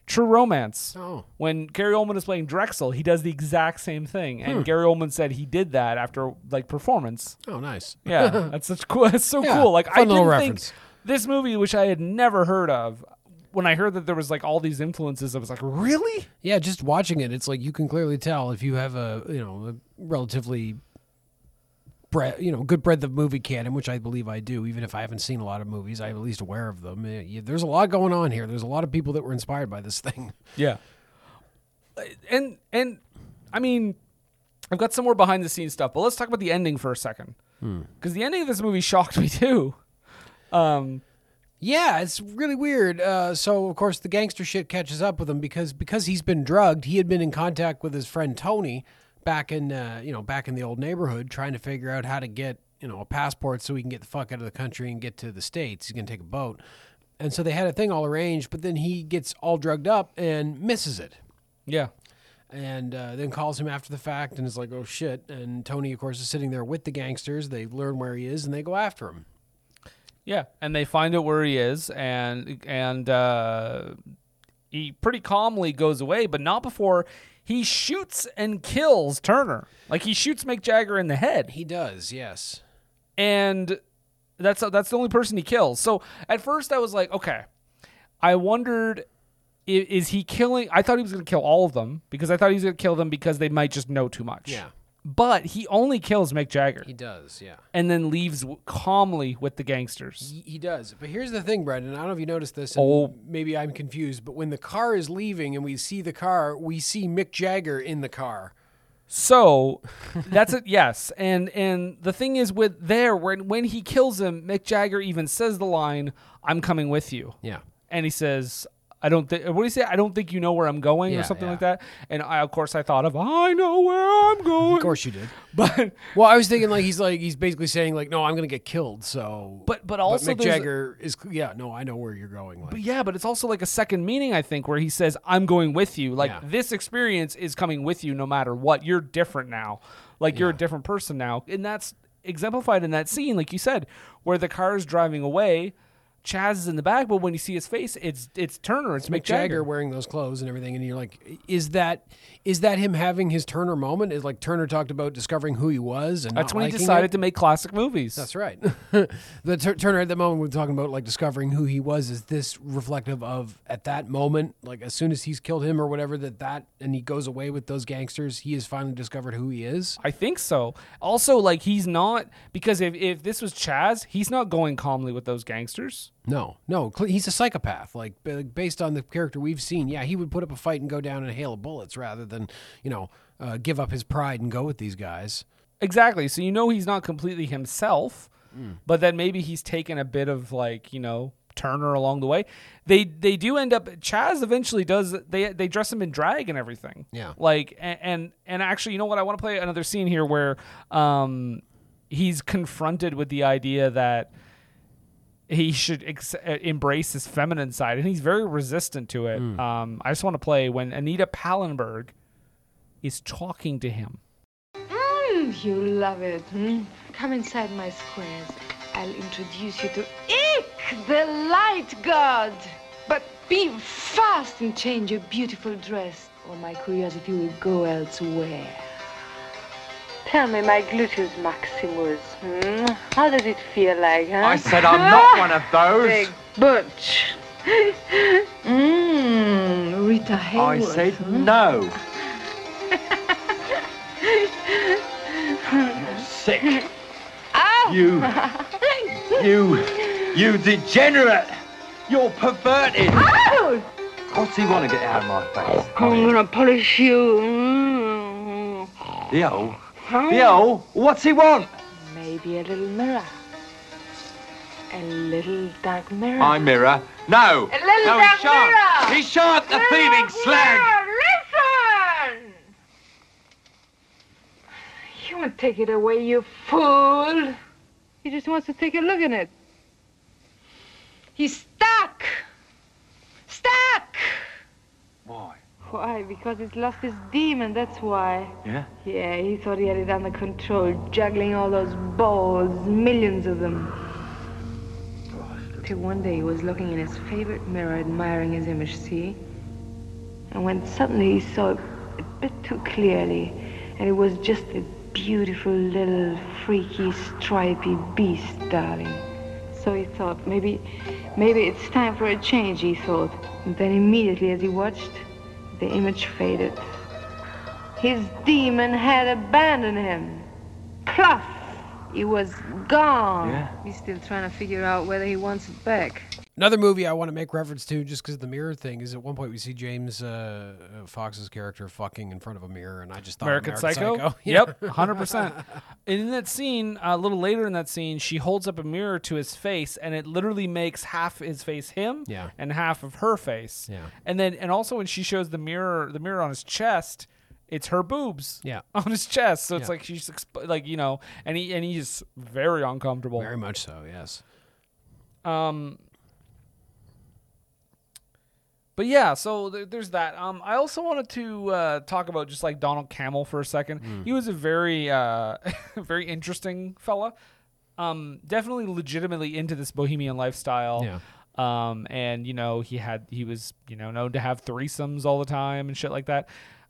S2: True Romance.
S3: Oh.
S2: When Gary Oldman is playing Drexel, he does the exact same thing,
S3: Hmm.
S2: and Gary Oldman said he did that after like performance.
S3: Oh, nice.
S2: Yeah, that's such cool. That's so
S3: Yeah,
S2: cool. Like I
S3: fun little
S2: didn't
S3: reference.
S2: think this movie, which I had never heard of, when I heard that there was like all these influences, I was like, really?
S3: Yeah, just watching it, it's like you can clearly tell if you have a you know a relatively, bre- you know, good breadth of movie canon, which I believe I do. Even if I haven't seen a lot of movies, I'm at least aware of them. Yeah, you- There's a lot going on here. There's a lot of people that were inspired by this thing.
S2: Yeah. And and I mean, I've got some more behind the scenes stuff, but let's talk about the ending for a second, because the ending of this movie shocked me too. Um,
S3: Yeah, it's really weird. Uh, so of course the gangster shit catches up with him because because he's been drugged. He had been in contact with his friend Tony back in uh, you know back in the old neighborhood, trying to figure out how to get you know a passport so he can get the fuck out of the country and get to the states. He's gonna take a boat, and so they had a thing all arranged. But then he gets all drugged up and misses it
S2: yeah.
S3: and uh, then calls him after the fact and is like, "Oh shit!" And Tony, of course, is sitting there with the gangsters. They learn where he is and they go after him.
S2: Yeah, and they find out where he is, and and uh, He pretty calmly goes away, but not before he shoots and kills Turner. Like he shoots Mick Jagger in the head.
S3: He does, yes.
S2: and that's that's the only person he kills. So at first I was like, okay, I wondered i- is he killing? I thought he was going to kill all of them because I thought he was going to kill them because they might just know too much.
S3: Yeah.
S2: But he only kills Mick Jagger
S3: He does, yeah.
S2: and then leaves w- calmly with the gangsters.
S3: He, he does. But here's the thing, Brendan. I don't know if you noticed this. and
S2: Oh.
S3: Maybe I'm confused, but when the car is leaving and we see the car, we see Mick Jagger in the car.
S2: So that's it. Yes, and and the thing is with there when when he kills him, Mick Jagger even says the line, "I'm coming with you."
S3: Yeah.
S2: and he says, "I don't think." What do you say? I don't think you know where I'm going,
S3: Yeah,
S2: or something
S3: yeah.
S2: like that. And I, of course, I thought of, "I know where I'm going."
S3: Of course you did.
S2: but
S3: Well, I was thinking like he's like he's basically saying like no, I'm gonna get killed. So,
S2: But- but also
S3: Mick
S2: there's a-
S3: Jagger is yeah. No, I know where you're going. Like,
S2: but yeah, but it's also like a second meaning, I think, where he says, "I'm going with you." Like
S3: Yeah.
S2: this experience is coming with you, no matter what. You're different now. Like you're a different person now, and that's exemplified in that scene, like you said, where the car is driving away. Chaz is in the back, but when you see his face, it's it's Turner, it's
S3: Mick Jagger
S2: Mick Jagger.
S3: wearing those clothes and everything, and you're like, is that is that him having his Turner moment? Is like Turner talked about discovering who he was, and
S2: That's
S3: not
S2: when he
S3: liking
S2: decided
S3: it?
S2: to make classic movies.
S3: That's right. the tur Turner at the moment we're talking about like discovering who he was. Is this reflective of at that moment, like as soon as he's killed him or whatever, that that and he goes away with those gangsters, he has finally discovered who he is.
S2: I think so. Also, like he's not because if, if this was Chaz, he's not going calmly with those gangsters.
S3: No, no, cle- he's a psychopath. Like b- based on the character we've seen, yeah, he would put up a fight and go down in a hail of bullets rather than you know uh, give up his pride and go with these guys.
S2: Exactly. So you know he's not completely himself, but then maybe he's taken a bit of like, you know, Turner along the way. They they do end up Chaz eventually does they they dress him in drag and everything.
S3: Yeah.
S2: Like and and, and actually, you know what? I want to play another scene here where um he's confronted with the idea that he should ex- uh, embrace his feminine side, and he's very resistant to it. Um, I just want to play when Anita Pallenberg is talking to him.
S9: Mm, you love it. hmm? Come inside my squares. I'll introduce you to Ick, the light god. But be fast and change your beautiful dress, or my curiosity will go elsewhere.
S7: Tell me, my gluteus maximus, hmm? how does it feel like, huh?
S5: I said I'm not one of
S7: Big
S5: those.
S7: butch.
S9: Mmm, Rita
S5: I
S9: Hayworth.
S5: said no. You're sick. You. You. You degenerate. You're perverted. What's he want to get out of my face?
S7: I'm gonna polish you. Mm.
S5: Yo. Yo. What's he want?
S9: Maybe a little mirror. A little dark mirror.
S5: My mirror. No.
S9: A little
S5: no,
S9: dark
S5: he shan't.
S9: mirror.
S5: He shan't, the thieving slag.
S9: Listen! You won't take it away, you fool.
S7: He just wants to take a look at it.
S9: He's stuck. Stuck.
S5: Why?
S7: Why? Because he's lost his demon, that's why.
S5: Yeah?
S7: Yeah, he thought he had it under control, juggling all those balls, millions of them.
S9: Till one day he was looking in his favorite mirror, admiring his image, see?
S7: And when suddenly he saw it a bit too clearly, and it was just a beautiful little freaky stripy beast, darling.
S9: So he thought, maybe, maybe it's time for a change, he thought. And then immediately as he watched, the image faded.
S7: His demon had abandoned him. Plus, he was gone.
S5: Yeah.
S9: He's still trying to figure out whether he wants it back.
S3: Another movie I want to make reference to, just because the mirror thing, is at one point we see James uh, uh, Fox's character fucking in front of a mirror, and I just thought
S2: American, Psycho.
S3: Yeah.
S2: Yep, hundred percent. And in that scene, a little later in that scene, she holds up a mirror to his face, and it literally makes half his face him,
S3: Yeah.
S2: and half of her face.
S3: Yeah.
S2: And then, and also when she shows the mirror, the mirror on his chest, it's her boobs.
S3: Yeah.
S2: On his chest, so it's
S3: Yeah.
S2: like she's exp- like you know, and he and he's very uncomfortable.
S3: Very much so, yes.
S2: Um, but yeah, so th- there's that. Um, I also wanted to uh, talk about just like Donald Camel for a second.
S3: Hmm.
S2: He was a very, uh, very interesting fella. Um, definitely legitimately into this bohemian lifestyle.
S3: Yeah.
S2: Um, and you know he had he was you know known to have threesomes all the time and shit like that.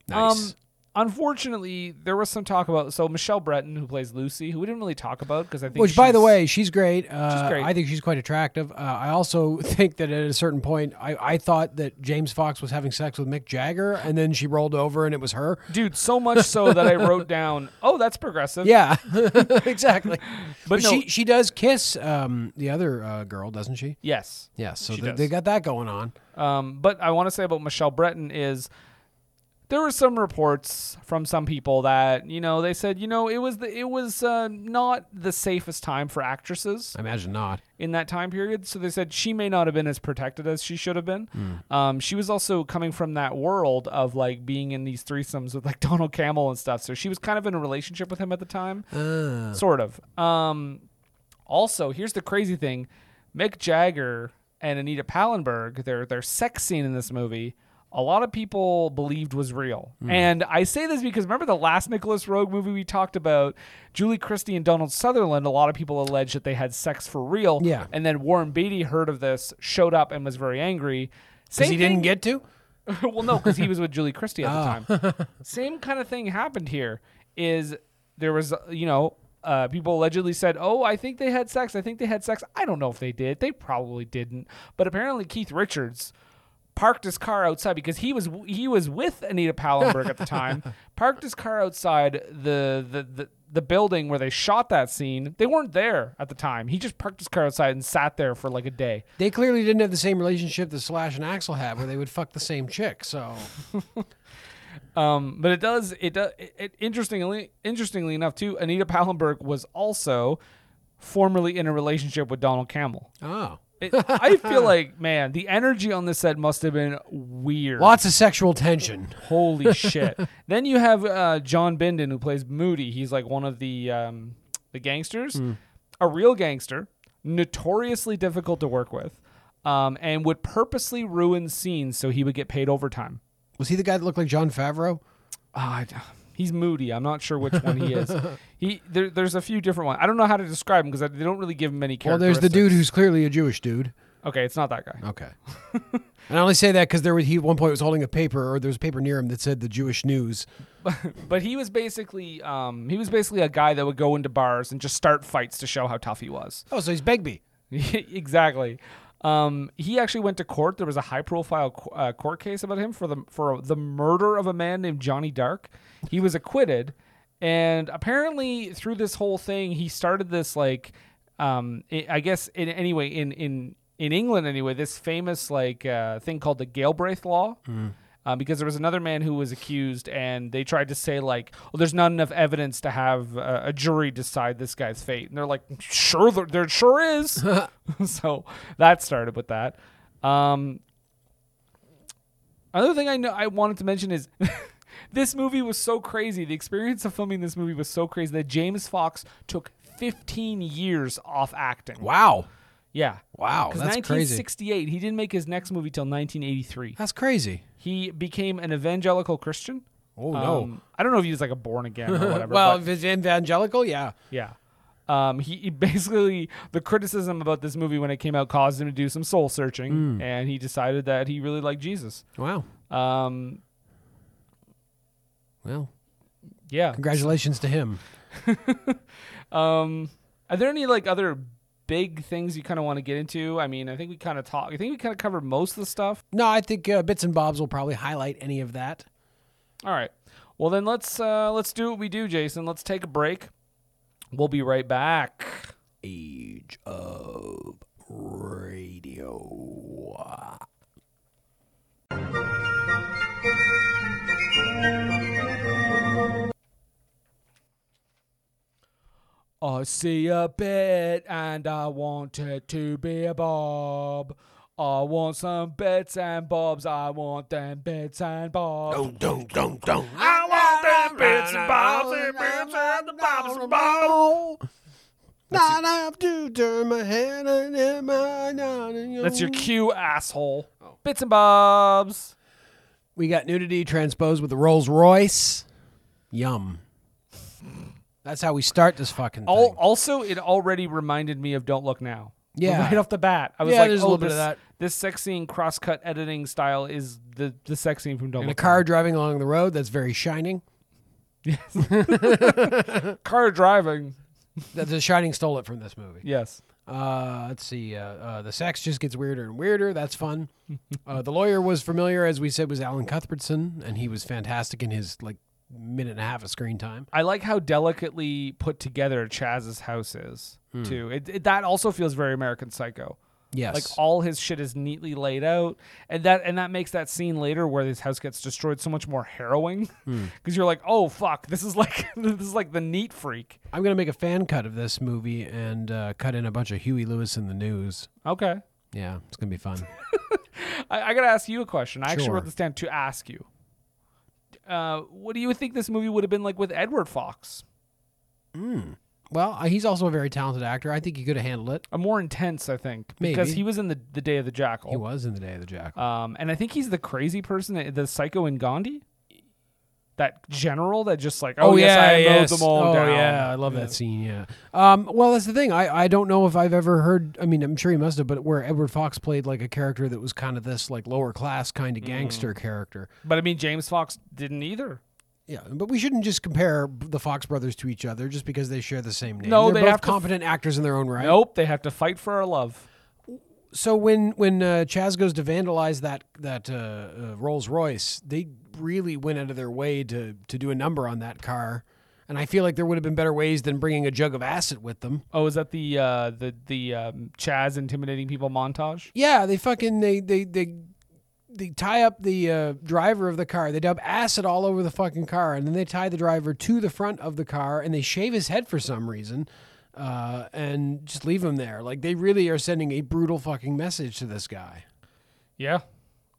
S3: Nice.
S2: Um, unfortunately, there was some talk about so Michelle Breton who plays Lucy, who we didn't really talk about because I think
S3: Which, by the
S2: she's-
S3: way, she's great. Uh,
S2: great.
S3: I think she's quite attractive. Uh, I also think that at a certain point, I, I thought that James Fox was having sex with Mick Jagger, and then she rolled over and it was her.
S2: dude, so much so that I wrote down, oh, that's progressive.
S3: Yeah, exactly.
S2: But
S3: But,
S2: no-
S3: she she does kiss um, the other uh, girl, doesn't she?
S2: Yes.
S3: Yeah. So
S2: She
S3: they,
S2: does.
S3: they got that going on.
S2: Um, but I want to say about Michelle Breton is there were some reports from some people that you know they said you know it was the it was uh, not the safest time for actresses
S3: I imagine not.
S2: in that time period. So they said she may not have been as protected as she should have been. Um, she was also coming from that world of like being in these threesomes with like Donald Camel and stuff. So she was kind of in a relationship with him at the time, sort of. Um, also, here's the crazy thing: Mick Jagger and Anita Pallenberg, their their sex scene in this movie. A lot of people believed was real,
S3: Hmm.
S2: and I say this because remember the last Nicholas Rogue movie we talked about, Julie Christie and Donald Sutherland. A lot of people alleged that they had sex for real,
S3: Yeah.
S2: And then Warren Beatty heard of this, showed up, and was very angry.
S3: Because
S2: Same
S3: he didn't
S2: thing-
S3: get to.
S2: well, no, because he was with Julie Christie at the time. Same kind of thing happened here. Is there was uh, you know uh, people allegedly said, "Oh, I think they had sex. I think they had sex." I don't know if they did. They probably didn't. But apparently, Keith Richards parked his car outside because he was he was with Anita Pallenberg at the time. Parked his car outside the the. the the building where they shot that scene, they weren't there at the time. He just parked his car outside and sat there for like a day.
S3: They clearly didn't have the same relationship that Slash and Axel had, where they would fuck the same chick. So
S2: Um, but it does it does it, it- interestingly interestingly enough too. Anita Pallenberg was also formerly in a relationship with Donald Camel.
S3: oh,
S2: It, I feel like man, the energy on this set must have been weird.
S3: lots of sexual tension.
S2: Holy shit! Then you have uh, John Bindon who plays Moody. He's like one of the um, the gangsters, a real gangster, notoriously difficult to work with, um, and would purposely ruin scenes so he would get paid overtime.
S3: Was he the guy that looked like John Favreau?
S2: Ah, I- he's moody. I'm not sure which one he is. he there, there's a few different ones. I don't know how to describe him because they don't really give him any
S3: Well, there's
S2: characters.
S3: the dude who's clearly a Jewish dude.
S2: okay. It's not that guy.
S3: Okay. and I only say that because there was he at one point was holding a paper, or there was a paper near him that said the Jewish News.
S2: But he was basically um he was basically a guy that would go into bars and just start fights to show how tough he was.
S3: Oh, so he's Begbie.
S2: exactly. Um, he actually went to court. There was a high-profile qu- uh, court case about him for the for the murder of a man named Johnny Dark. He was acquitted, and apparently through this whole thing, he started this like, um, I I guess in anyway in in in England anyway, this famous like uh, thing called the Galbraith Law. Um, because there was another man who was accused, and they tried to say like, "Well, there's not enough evidence to have uh, a jury decide this guy's fate," and they're like, "Sure, there, there sure is." so that started with that. Um, another thing I know I wanted to mention is this movie was so crazy. The experience of filming this movie was so crazy that James Fox took 15 years off acting.
S3: Wow.
S2: Yeah.
S3: Wow,
S2: 'Cause
S3: that's crazy.
S2: 1968, he didn't make his next movie till 1983.
S3: That's crazy.
S2: He became an evangelical Christian.
S3: Oh no.
S2: Um, I don't know if he was like a born again or whatever.
S3: well,
S2: but-
S3: if it's evangelical, yeah.
S2: yeah. Um, he, he basically the criticism about this movie when it came out caused him to do some soul
S3: Mm.
S2: searching, and he decided that he really liked Jesus.
S3: Wow.
S2: Um,
S3: Well,
S2: yeah.
S3: congratulations to him.
S2: Um, are there any like other big things you kind of want to get into? I mean, I think we kind of talk. I think we kind of covered most of the stuff.
S3: No, I think uh, bits and bobs will probably highlight any of that.
S2: All right. Well, then let's uh, let's do what we do, Jason. Let's take a break. We'll be right back.
S3: Age of Radio.
S2: I see a bet and I want it to be a bob. I want some bets and bobs. I want them bets and bobs.
S3: Don't, don't, don't.
S2: I want them bits and bobs. them bits and the bobs and bobs.
S3: Not have to turn my head and in my
S2: That's
S3: Oh.
S2: your cue, asshole. Bits and bobs.
S3: We got nudity transposed with the Rolls Royce. Yum. That's how we start this fucking thing.
S2: Oh. Al- also, it already reminded me of Don't Look Now.
S3: Yeah.
S2: right off the bat. I was
S3: Yeah,
S2: like,
S3: there's a
S2: oh,
S3: little bit
S2: this,
S3: of that.
S2: This sex scene cross cut editing style is the the sex scene from Double.
S3: And a
S2: Trouble.
S3: car driving along the road that's very shining.
S2: car driving.
S3: The, the shining stole it from this movie.
S2: Yes.
S3: Uh, let's see. Uh, uh, the sex just gets weirder and weirder. That's fun. uh, the lawyer was familiar, as we said, was Alan Cuthbertson, and he was fantastic in his like minute and a half of screen time.
S2: I like how delicately put together Chaz's house is
S3: Hmm.
S2: too. It, it, that also feels very American Psycho.
S3: Yes.
S2: like all his shit is neatly laid out, and that and that makes that scene later where his house gets destroyed so much more harrowing
S3: Hmm.
S2: because you're like, oh fuck, this is like this is like the neat freak.
S3: I'm gonna make a fan cut of this movie and uh, cut in a bunch of Huey Lewis in the news.
S2: Okay,
S3: Yeah, it's gonna be fun.
S2: I, I gotta ask you a question. I actually
S3: Sure.
S2: wrote this down to ask you. Uh, what do you think this movie would have been like with Edward Fox?
S3: well, uh, he's also a very talented actor. I think he could have handled it.
S2: A more intense, I think, because
S3: Maybe.
S2: he was in the the Day of the Jackal.
S3: He was in the Day of the Jackal.
S2: Um, and I think he's the crazy person, uh, the psycho in Gandhi. That general that just like, oh, yes, I mowed them all
S3: oh,
S2: down.
S3: yeah, I love that scene. Yeah. Um, well, that's the thing. I, I don't know if I've ever heard. I mean, I'm sure he must have, but where Edward Fox played like a character that was kind of this like lower class kind of
S2: Mm-hmm.
S3: gangster character.
S2: But I mean, James Fox didn't either.
S3: Yeah, but we shouldn't just compare the Fox brothers to each other just because they share the same name.
S2: No,
S3: They're
S2: they
S3: both
S2: have to f-
S3: competent actors in their own right.
S2: Nope, they have to fight for our love.
S3: So when when uh, Chaz goes to vandalize that that uh, uh, Rolls Royce, they really went out of their way to to do a number on that car. And I feel like there would have been better ways than bringing a jug of acid with them.
S2: Oh, is that the uh, the the um, Chaz intimidating people montage?
S3: Yeah, they fucking they they they they tie up the uh, driver of the car. They dub acid all over the fucking car, and then they tie the driver to the front of the car, and they shave his head for some reason, uh, and just leave him there. Like they really are sending a brutal fucking message to this guy.
S2: Yeah.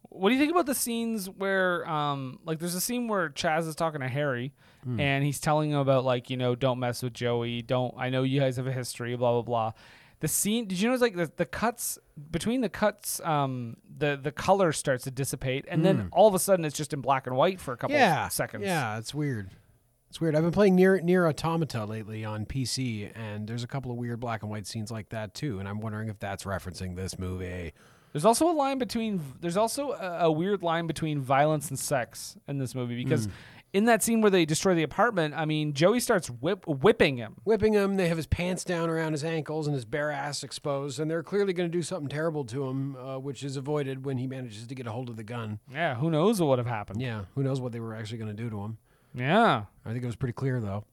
S2: What do you think about the scenes where, um, like, there's a scene where Chaz is talking to Harry,
S3: Hmm.
S2: and he's telling him about like, you know, don't mess with Joey. Don't. I know you guys have a history. Blah blah blah. The scene. Did you notice like the, the cuts between the cuts? Um, the the color starts to dissipate, and then all of a sudden it's just in black and white for a couple
S3: Hmm. Yeah,
S2: seconds.
S3: Yeah, it's weird. It's weird. I've been playing near near Automata lately on PC, and there's a couple of weird black and white scenes like that too. And I'm wondering if that's referencing this movie.
S2: There's also a line between. There's also a, a weird line between violence and sex in this movie
S3: Hmm.
S2: because. In that scene where they destroy the apartment, I mean, Joey starts whip, whipping him.
S3: whipping him. They have his pants down around his ankles and his bare ass exposed, and they're clearly going to do something terrible to him, uh, which is avoided when he manages to get a hold of the gun.
S2: Yeah, who knows what would have happened?
S3: Yeah, who knows what they were actually going to do to him?
S2: Yeah.
S3: I think it was pretty clear though.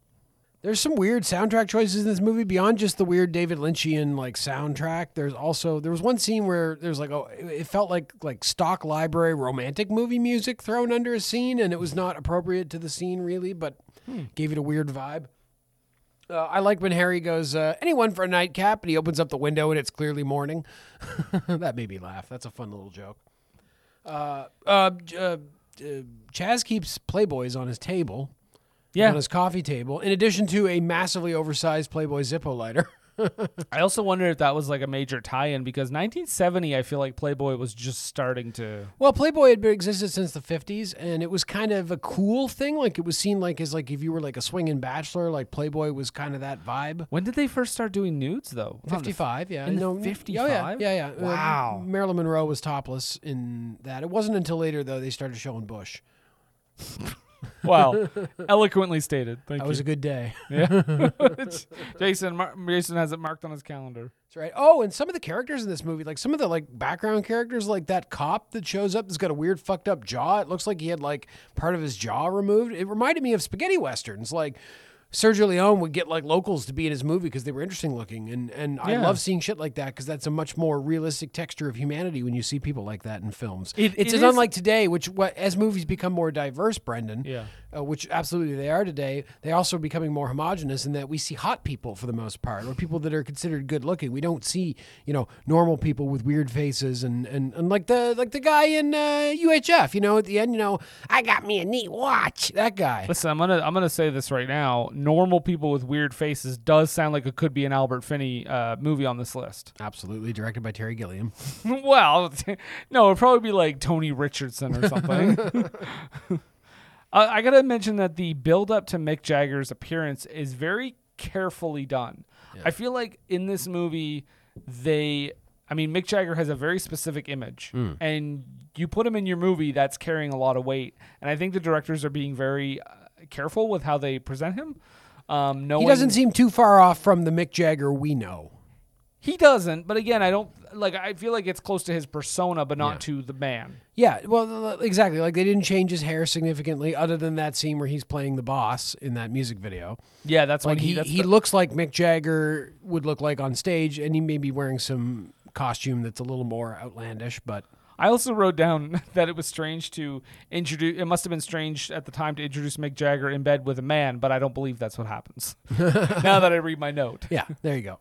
S3: There's some weird soundtrack choices in this movie beyond just the weird David Lynchian like soundtrack. There's also there was one scene where there's like oh it it felt like like stock library romantic movie music thrown under a scene and it was not appropriate to the scene really, but gave it a weird vibe. Uh, I like when Harry goes uh, anyone for a nightcap and he opens up the window and it's clearly morning. that made me laugh. That's a fun little joke. Uh, uh, j- uh, uh, Chaz keeps Playboys on his table
S2: Yeah.
S3: on his coffee table, in addition to a massively oversized Playboy Zippo lighter.
S2: I also wonder if that was like a major tie in because 1970, I feel like Playboy was just starting to.
S3: well, Playboy had been existed since the '50s, and it was kind of a cool thing. Like it was seen like as like if you were like a swinging bachelor, like Playboy was kind of that vibe.
S2: When did they first start doing nudes though? Around the f-
S3: Fifty-five, yeah,
S2: in the
S3: no,
S2: 55?
S3: oh, yeah, yeah, yeah. Uh,
S2: Wow.
S3: Marilyn Monroe was topless in that. It wasn't until later though they started showing bush.
S2: Wow. Eloquently stated. Thank
S3: That
S2: you.
S3: was a good day.
S2: Jason, Mar- Jason has it marked on his calendar.
S3: That's right. Oh, and some of the characters in this movie, like some of the like background characters, like that cop that shows up that's got a weird fucked up jaw. It looks like he had like part of his jaw removed. It reminded me of spaghetti westerns. Like Sergio Leone would get like locals to be in his movie because they were interesting looking, and and I
S2: Yeah.
S3: love seeing shit like that because that's a much more realistic texture of humanity when you see people like that in films.
S2: It-
S3: it's
S2: it
S3: as
S2: is-
S3: unlike today, which what as movies become more diverse, Brendan.
S2: Yeah.
S3: Uh, which absolutely they are today, they also are becoming more homogenous in that we see hot people for the most part, or people that are considered good looking. We don't see, you know, normal people with weird faces and and, and like the like the guy in uh, UHF, you know, at the end, you know, I got me a neat watch. That guy.
S2: Listen, I'm gonna I'm gonna say this right now. Normal people with weird faces does sound like it could be an Albert Finney uh, movie on this list.
S3: Absolutely, directed by Terry Gilliam.
S2: well, no, it'd probably be like Tony Richardson or something. Uh, I, I gotta mention that the build up to Mick Jagger's appearance is very carefully done. I feel like in this movie, they I mean Mick Jagger has a very specific image
S3: Mm.
S2: and you put him in your movie that's carrying a lot of weight and I think the directors are being very uh, careful with how they present him. Um no
S3: he doesn't seem too far off from the Mick Jagger we know.
S2: He doesn't, but again, I don't like I feel like it's close to his persona but not to the man.
S3: Yeah, well, th- th- exactly. Like they didn't change his hair significantly, other than that scene where he's playing the boss in that music video.
S2: Yeah, that's
S3: like
S2: when he-
S3: he
S2: that's
S3: he
S2: the-
S3: looks like Mick Jagger would look like on stage, and he may be wearing some costume that's a little more outlandish. But
S2: I also wrote down that it was strange to introduce. It must have been strange at the time to introduce Mick Jagger in bed with a man, but I don't believe that's what happens. now that I read my note,
S3: yeah, there you go.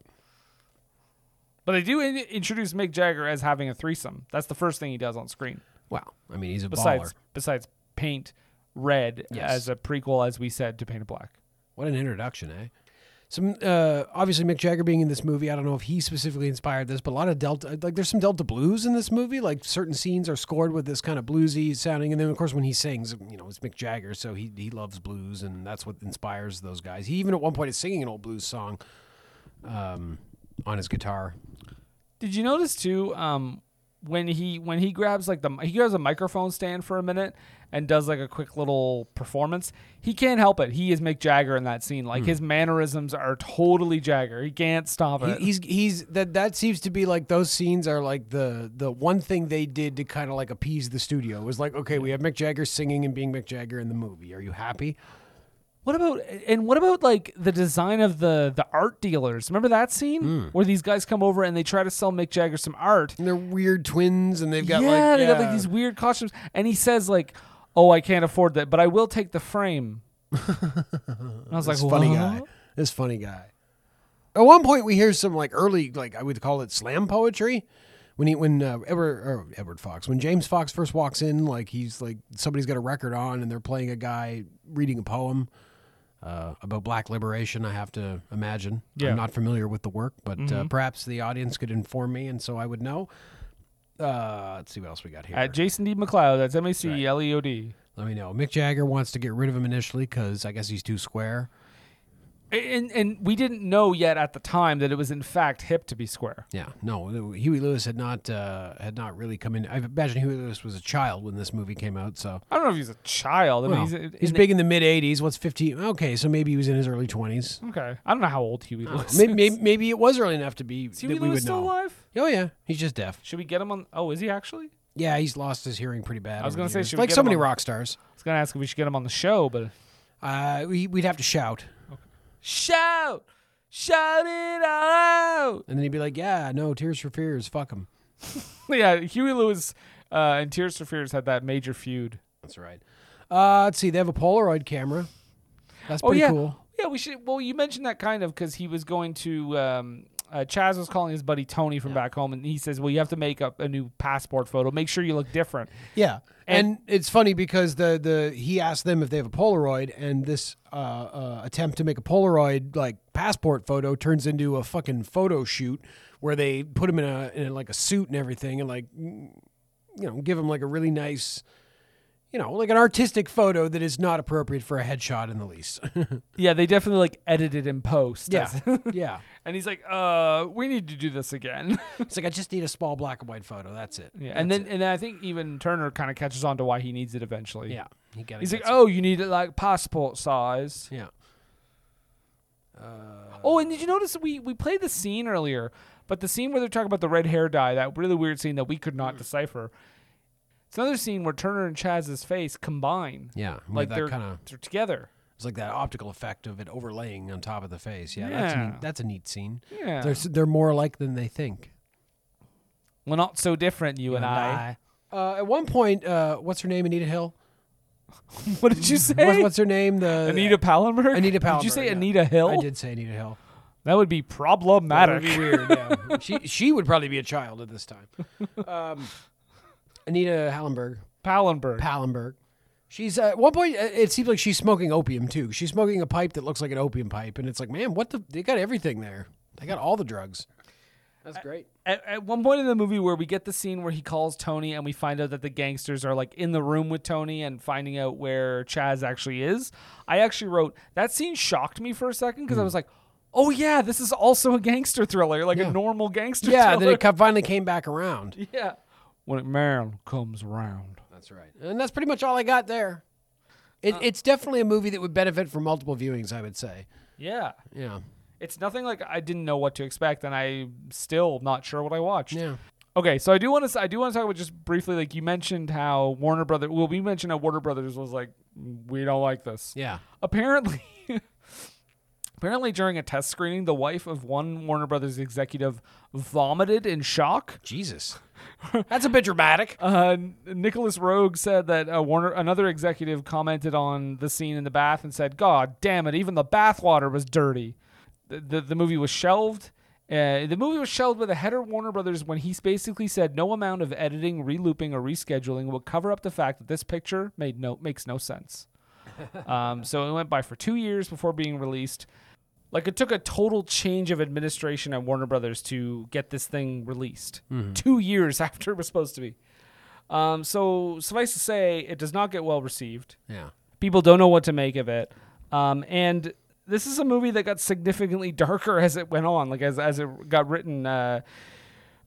S2: but they do in- introduce Mick Jagger as having a threesome. That's the first thing he does on screen.
S3: Wow, I mean he's a
S2: Besides,
S3: baller.
S2: besides Paint Red
S3: Yes.
S2: as a prequel, as we said, to Paint It Black.
S3: What an introduction, eh? Some uh, obviously Mick Jagger being in this movie. I don't know if he specifically inspired this, but a lot of Delta like there's some Delta blues in this movie. Like certain scenes are scored with this kind of bluesy sounding, and then of course when he sings, you know, it's Mick Jagger, so he he loves blues, and that's what inspires those guys. He even at one point is singing an old blues song um, on his guitar.
S2: Did you notice too? Um, when he when he grabs like the he grabs a microphone stand for a minute and does like a quick little performance. He can't help it. He is Mick Jagger in that scene. Like
S3: Hmm.
S2: his mannerisms are totally Jagger. He can't stop
S3: He-
S2: it.
S3: he's he's that that seems to be like those scenes are like the the one thing they did to kind of like appease the studio was like okay we have Mick Jagger singing and being Mick Jagger in the movie. Are you happy?
S2: what about and what about like the design of the the art dealers? Remember that scene where these guys come over and they try to sell Mick Jagger some art.
S3: And they're weird twins, and they've got
S2: yeah,
S3: like
S2: they got like these weird costumes, and he says like, "Oh, I can't afford that, but I will take the frame." And I was like,
S3: this funny
S2: "What?"
S3: guy. This funny guy. At one point, we hear some like early, like I would call it slam poetry. When he, when uh, Edward, or Edward Fox, when James Fox first walks in, like he's like somebody's got a record on, and they're playing a guy reading a poem uh, about black liberation. I have to imagine.
S2: Yeah.
S3: I'm not familiar with the work, but uh,
S2: Mhm.
S3: perhaps the audience could inform me, and so I would know. Uh, let's see what else we got here.
S2: At Jason D. McLeod. That's M A C L E O D.
S3: Let me know. Mick Jagger wants to get rid of him initially because I guess he's too square.
S2: And and we didn't know yet at the time that it was in fact hip to be square.
S3: Yeah, no, Huey Lewis had not uh, had not really come in. I imagine Huey Lewis was a child when this movie came out. So
S2: I don't know if he's a child. I mean,
S3: Well,
S2: he's,
S3: he's, big in the mid '80s. What's 15? Okay, so maybe he was in his early 20s.
S2: Okay, I don't know how old Huey Lewis.
S3: Maybe,
S2: is.
S3: maybe maybe it was early enough to be
S2: Is Huey
S3: that we
S2: Lewis
S3: would
S2: still
S3: know.
S2: alive?
S3: Oh yeah, he's just deaf.
S2: Should we get him on? Oh, is he actually?
S3: Yeah, he's lost his hearing pretty bad.
S2: I was
S3: over
S2: gonna
S3: the
S2: say,
S3: years.
S2: should we
S3: like
S2: get
S3: so
S2: him
S3: many
S2: on-
S3: rock stars,
S2: I was gonna ask if we should get him on the show, but
S3: uh, we, we'd have to shout,
S2: shout, shout it out.
S3: and then he'd be like, "Yeah, no, Tears for Fears, fuck him."
S2: yeah, Huey Lewis uh, and Tears for Fears had that major feud.
S3: That's right. Uh, let's see, they have a Polaroid camera. That's
S2: oh
S3: pretty
S2: yeah,
S3: cool.
S2: yeah. We should. Well, you mentioned that kind of because he was going to. Um, uh, Chaz was calling his buddy Tony from back home, and he says, "Well, you have to make up a new passport photo. Make sure you look different."
S3: Yeah, and,
S2: And-
S3: it's funny because the the he asked them if they have a Polaroid, and this uh, uh, attempt to make a Polaroid like passport photo turns into a fucking photo shoot where they put him in a in like a suit and everything, and like mm, you know give him like a really nice. You know, like an artistic photo that is not appropriate for a headshot in the least.
S2: Yeah, they definitely like edited in post.
S3: Yeah. yeah.
S2: and he's like, "Uh, we need to do this again."
S3: It's like, I just need a small black and white photo. That's it.
S2: yeah, and
S3: That's
S2: then and then I think even Turner kind of catches on to why he needs it eventually.
S3: it. yeah. He gotta
S2: He's
S3: get
S2: like,
S3: some-
S2: "Oh, you need it like passport size."
S3: Yeah.
S2: Oh, and did you notice we we played the scene earlier, but the scene where they're talking about the red hair dye, that really weird scene that we could
S3: Mm.
S2: not decipher. It's another scene where Turner and Chaz's face combine.
S3: Yeah. with
S2: like
S3: that
S2: they're
S3: kinda-
S2: they're together.
S3: It's like that optical effect of it overlaying on top of the face. Yeah, That's, a
S2: Yeah.
S3: neat, that's a neat scene.
S2: Yeah.
S3: They're, s- they're more alike than they think.
S2: We're not so different, you, and I.
S3: Uh, at one point, uh, what's her name? Anita Hill?
S2: What did you say?
S3: What- what's her name? The
S2: Anita Palmer?
S3: Anita Palmer.
S2: Did you say
S3: yeah.
S2: Anita Hill?
S3: I did say Anita Hill.
S2: That would be problematic.
S3: That would be weird. Yeah. she, she would probably be a child at this time. Um, Anita Hallenberg.
S2: Pallenberg.
S3: Pallenberg. She's uh, at one point. uh, It seems like she's smoking opium too. She's smoking a pipe that looks like an opium pipe, and it's like, man, what the? They got everything there. They got all the drugs. That's great.
S2: at, at one point in the movie where we get the scene where he calls Tony and we find out that the gangsters are like in the room with Tony and finding out where Chaz actually is, I actually wrote that scene shocked me for a second because I was like, oh yeah, this is also a gangster thriller, like a normal gangster
S3: Yeah, then
S2: thriller.
S3: it co- finally came back around.
S2: yeah. When it man comes around.
S3: That's right. And that's pretty much all I got there. It, it's definitely a movie that would benefit from multiple viewings, I would say.
S2: Yeah.
S3: Yeah.
S2: It's nothing like I didn't know what to expect, and I'm still not sure what I watched.
S3: Yeah.
S2: Okay, so I do want to I do want to talk about just briefly, like you mentioned how Warner Brothers. Well, we mentioned how Warner Brothers was like, we don't like this.
S3: Yeah.
S2: Apparently, apparently during a test screening, the wife of one Warner Brothers executive vomited in shock.
S3: Jesus. That's a bit dramatic.
S2: Uh, Nicholas Rogue said that uh, Warner, another executive, commented on the scene in the bath and said, "God damn it! Even the bathwater was dirty." The, the the movie was shelved. Uh, the movie was shelved by the head of Warner Brothers when he basically said no amount of editing, relooping, or rescheduling will cover up the fact that this picture made no makes no sense. um, so it went by for two years before being released. Like it took a total change of administration at Warner Brothers to get this thing released. Two years after it was supposed to be. Um, so suffice to say, it does not get well received.
S3: Yeah.
S2: People don't know what to make of it. Um, and this is a movie that got significantly darker as it went on, like as as it got written. Uh,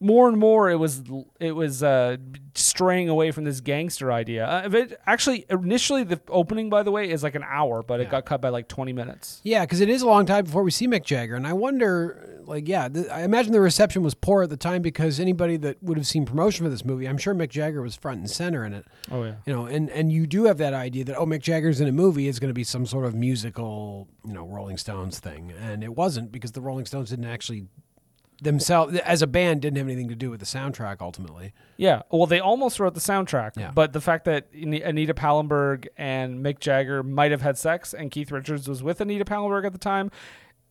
S2: more and more, it was it was uh, straying away from this gangster idea. Uh, if it, actually, initially, the opening, by the way, is like an hour, but it got cut by like twenty minutes.
S3: Yeah, because it is a long time before we see Mick Jagger, and I wonder, like, yeah, th- I imagine the reception was poor at the time because anybody that would have seen promotion for this movie, I'm sure Mick Jagger was front and center in it.
S2: Oh yeah.
S3: You know, and and you do have that idea that oh, Mick Jagger's in a movie, it's going to be some sort of musical, you know, Rolling Stones thing, and it wasn't because the Rolling Stones didn't actually themselves as a band didn't have anything to do with the soundtrack ultimately.
S2: Yeah. Well, they almost wrote the soundtrack,
S3: Yeah.
S2: but the fact that Ani- Anita Pallenberg and Mick Jagger might have had sex and Keith Richards was with Anita Pallenberg at the time,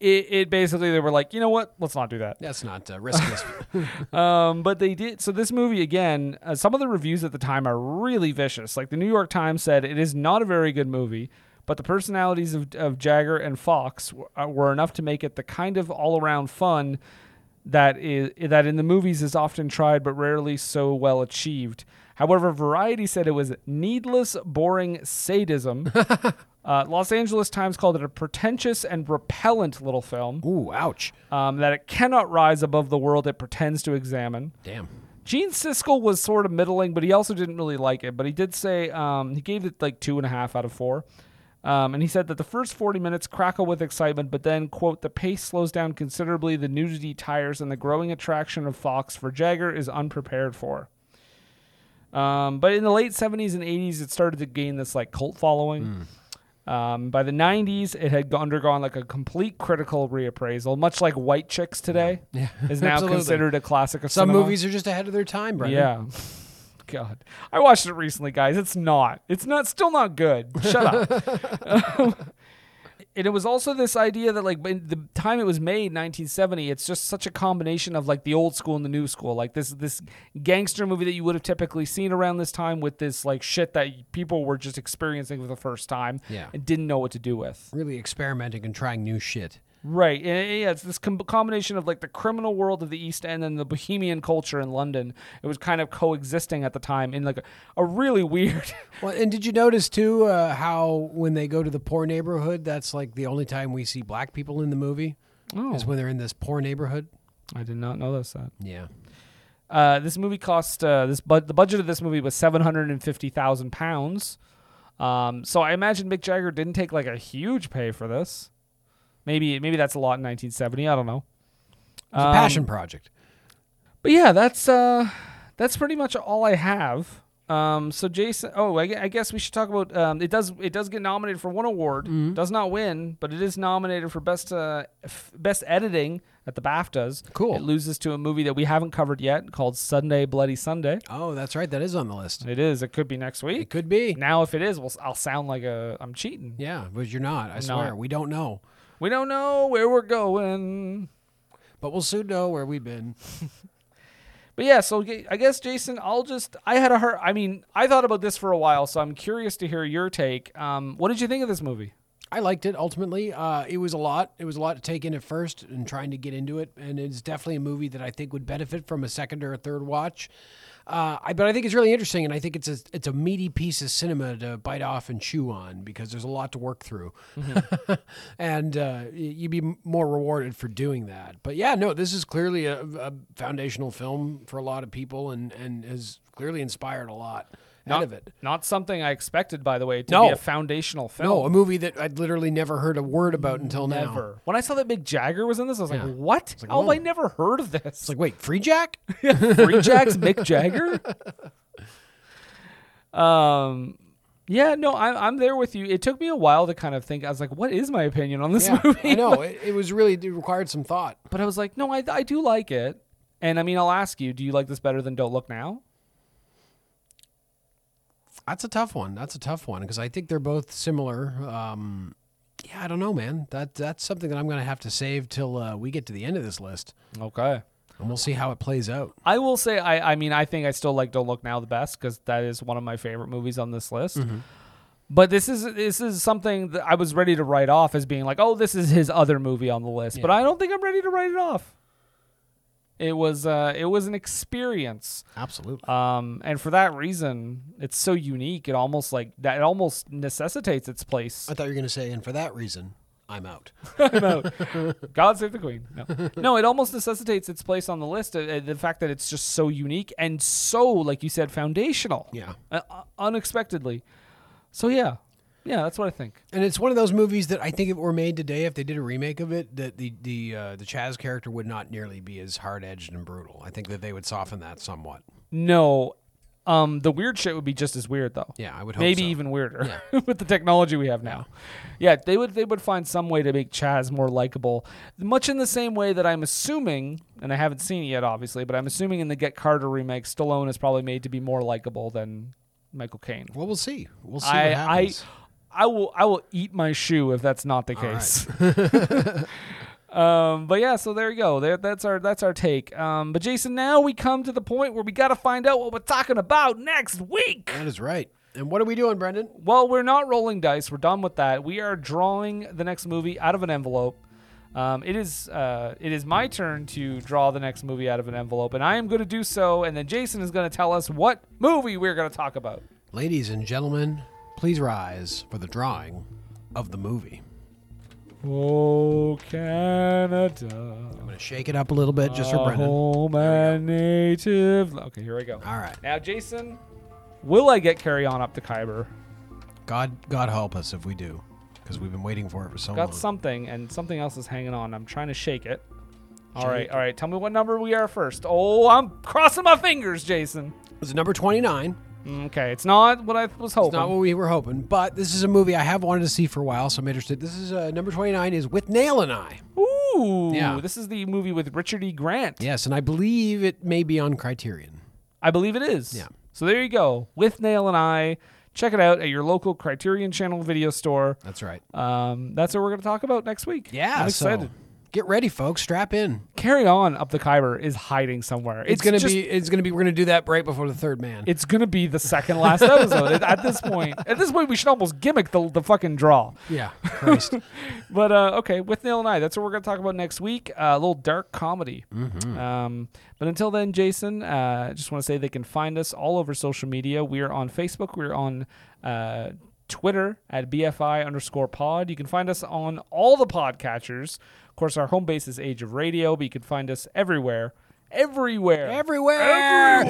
S2: it, it basically they were like, you know what? Let's not do that.
S3: That's not uh, riskless.
S2: Um, but they did. So this movie again, uh, some of the reviews at the time are really vicious. Like the New York Times said, it is not a very good movie, but the personalities of, of Jagger and Fox w- uh, were enough to make it the kind of all-around fun that is that in the movies is often tried but rarely so well achieved. However, Variety said it was needless, boring sadism. uh, Los Angeles Times called it a pretentious and repellent little film
S3: Ooh, ouch!
S2: um, that it cannot rise above the world it pretends to examine.
S3: Damn.
S2: Gene Siskel was sort of middling, but he also didn't really like it. But he did say um, he gave it like two and a half out of four. Um, and he said that the first 40 minutes crackle with excitement, but then, quote, the pace slows down considerably, the nudity tires, and the growing attraction of Fox for Jagger is unprepared for. Um, but in the late 70s and 80s, it started to gain this like cult following.
S3: Hmm.
S2: Um, by the 90s, it had undergone like a complete critical reappraisal, much like White Chicks today is now
S3: Absolutely.
S2: considered a classic of
S3: Some
S2: cinema.
S3: movies are just ahead of their time, Brendan.
S2: Yeah. God. I watched it recently, guys. It's not. It's not still not good. Shut up. and it was also this idea that like in the time it was made 1970 it's just such a combination of like the old school and the new school like this this gangster movie that you would have typically seen around this time with this like shit that people were just experiencing for the first time
S3: Yeah.
S2: and didn't know what to do with
S3: Really experimenting and trying new shit.
S2: Right. And, and, yeah, it's this com- combination of like the criminal world of the East End and the bohemian culture in London. It was kind of coexisting at the time in like a, a really weird.
S3: Well, and did you notice too uh, how when they go to the poor neighborhood, that's like the only time we see black people in the movie is when they're in this poor neighborhood.
S2: I did not know this. That.
S3: Yeah,
S2: Uh, this movie cost uh, this but the budget of this movie was seven hundred and fifty thousand pounds. Um, so I imagine Mick Jagger didn't take like a huge pay for this. Maybe maybe that's a lot in nineteen seventy. I don't know.
S3: it's a passion project.
S2: But yeah, that's uh, that's pretty much all I have. Um, so Jason, oh, I, gue- I guess we should talk about. Um, it does it does get nominated for one award,
S3: Mm-hmm.
S2: does not win, but it is nominated for best uh, f- best editing at the BAFTAs.
S3: Cool.
S2: It loses to a movie that we haven't covered yet called Sunday Bloody Sunday.
S3: Oh, that's right. That is on the list.
S2: It is. It could be next
S3: It
S2: week.
S3: could be.
S2: Now, if it is, well, I'll sound like a I'm cheating.
S3: Yeah, but you're not. I swear,
S2: not.
S3: we don't know,
S2: We don't know where we're going.
S3: but we'll soon know where we've been.
S2: But yeah, so g- I guess Jason, I'll just I had a hard. I mean, I thought about this for a while, so I'm curious to hear your take. Um, what did you think of this movie?
S3: I liked it ultimately. Uh, it was a lot. It was a lot to take in at first and trying to get into it. And it's definitely a movie that I think would benefit from a second or a third watch. Uh, I, but I think it's really interesting, and I think it's a it's a meaty piece of cinema to bite off and chew on because there's a lot to work through,
S2: Mm-hmm.
S3: and uh, y- you'd be m- more rewarded for doing that. But yeah, no, this is clearly a, a foundational film for a lot of people, and and has clearly inspired a lot out
S2: Not,
S3: of it.
S2: not something I expected, by the way, to
S3: No.
S2: be a foundational film.
S3: No, a movie that I'd literally never heard a word about until now.
S2: Never. When I saw that Mick Jagger was in this, I was
S3: Yeah.
S2: like, "What?
S3: like,
S2: oh,
S3: whoa.
S2: I never heard of this."
S3: It's like, wait, Free Jack?
S2: Free Jack's Mick Jagger. Um, yeah, no, I'm I'm there with you. It took me a while to kind of think. I was like, "What is my opinion on this
S3: Yeah,
S2: movie?"
S3: I know. It, it was really it required some thought.
S2: but I was like, "No, I I do like it." And I mean, I'll ask you, do you like this better than Don't Look Now?
S3: That's a tough one. That's a tough one because I think they're both similar. Um, yeah, I don't know, man. That that's something that I'm going to have to save till uh, we get to the end of this list,
S2: Okay.
S3: and we'll see how it plays out.
S2: I will say, I, I mean, I think I still like Don't Look Now the best because that is one of my favorite movies on this list. But this is this is something that I was ready to write off as being like, oh, this is his other movie on the list. But
S3: Yeah.
S2: I don't think I'm ready to write it off. It was uh, it was an experience,
S3: Absolutely.
S2: um, and for that reason, it's so unique. It almost like that. It almost necessitates its place.
S3: I thought you were going to say, and for that reason, I'm out.
S2: God save the queen. No, no, it almost necessitates its place on the list. uh, uh, The fact that it's just so unique and so, like you said, foundational.
S3: Yeah.
S2: Uh, uh, unexpectedly. So yeah, yeah, that's what I think.
S3: And it's one of those movies that I think if it were made today, if they did a remake of it, that the the uh, the Chaz character would not nearly be as hard edged and brutal. I think that they would soften that somewhat.
S2: No, um, the weird shit would be just as weird though.
S3: Yeah, I would hope
S2: Maybe
S3: so.
S2: even weirder with the technology we have now. Yeah, they would they would find some way to make Chaz more likable, much in the same way that I'm assuming, and I haven't seen it yet, obviously, but I'm assuming in the Get Carter remake, Stallone is probably made to be more likable than Michael Caine.
S3: Well, we'll see. We'll see what
S2: I, I,
S3: happens.
S2: I will I will eat my shoe if that's not the case. um, but yeah, so there you go. There, that's our that's our take. Um, but Jason, now we come to the point where we got to find out what we're talking about next week.
S3: that is right. And what are we doing, Brendan?
S2: Well, we're not rolling dice. We're done with that. We are drawing the next movie out of an envelope. Um, it is uh, it is my turn to draw the next movie out of an envelope, and I am going to do so. And then Jason is going to tell us what movie we're going to talk about.
S3: Ladies and gentlemen, please rise for the drawing of the movie.
S2: Oh, Canada.
S3: I'm going to shake it up a little bit just
S2: Uh-huh.
S3: for Brendan. All
S2: Home and native. Okay, here we go.
S3: right.
S2: Now, Jason, will I get carry on up to Khyber?
S3: God God help us if we do because we've been waiting for it for so
S2: Got
S3: long.
S2: something, and something else is hanging on. I'm trying to shake it. All right, all right. Tell me what number we are first. Oh, I'm crossing my fingers, Jason.
S3: It was number 29.
S2: Okay, it's not what I was hoping.
S3: It's not what we were hoping, but this is a movie I have wanted to see for a while, so I'm interested. This is uh, number 29 is With Nail and I.
S2: Ooh,
S3: Yeah.
S2: this is the movie with Richard E. Grant.
S3: Yes, and I believe it may be on Criterion.
S2: I believe it is.
S3: Yeah.
S2: So there you go. With Nail and I. Check it out at your local Criterion Channel video store.
S3: That's right.
S2: Um, that's what we're going to talk about next week.
S3: Yeah,
S2: I'm
S3: so
S2: excited.
S3: get ready, folks. Strap in.
S2: Carry on up the Khyber is hiding somewhere.
S3: It's, gonna
S2: just-
S3: be. It's gonna be. We're gonna do that right before the third man.
S2: It's gonna be the second last episode. At- At this point, at this point, we should almost gimmick the, the fucking draw.
S3: yeah, Christ.
S2: But uh, okay, with Neil and I, that's what we're gonna talk about next week. Uh, a little dark comedy.
S3: Mm-hmm.
S2: Um, but until then, Jason, uh, just want to say they can find us all over social media. We are on Facebook. We're on. Uh, Twitter at BFI underscore pod. You can find us on all the podcatchers. Of course, our home base is Age of Radio, but you can find us everywhere. Everywhere.
S3: Everywhere.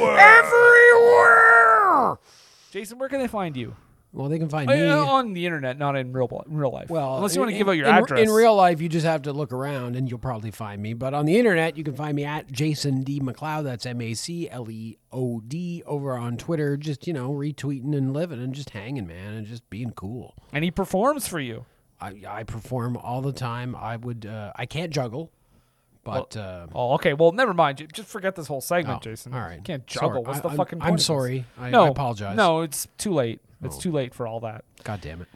S2: Jason, where can they find you?
S3: Well, they can find
S2: Uh,
S3: me.
S2: on the internet, not in real in real life.
S3: Well,
S2: unless you want
S3: in-
S2: to give out your
S3: in,
S2: address.
S3: In real life, you just have to look around and you'll probably find me. But on the internet, you can find me at Jason D McLeod. That's M A C L E O D over on Twitter. Just you know, retweeting and living and just hanging, man, and just being cool.
S2: and he performs for you.
S3: I, I perform all the time. I would. Uh, I can't juggle, but. uh,
S2: Oh, okay. Well, never mind. Ju- Just forget this whole segment,
S3: Oh,
S2: Jason.
S3: all right.
S2: You can't
S3: Sorry.
S2: juggle. What's
S3: I-
S2: the
S3: I'm-
S2: fucking?
S3: I'm
S2: point of this?
S3: sorry. I- I
S2: no,
S3: apologize. Oh.
S2: No, it's too late. It's too late for all that.
S3: God damn it.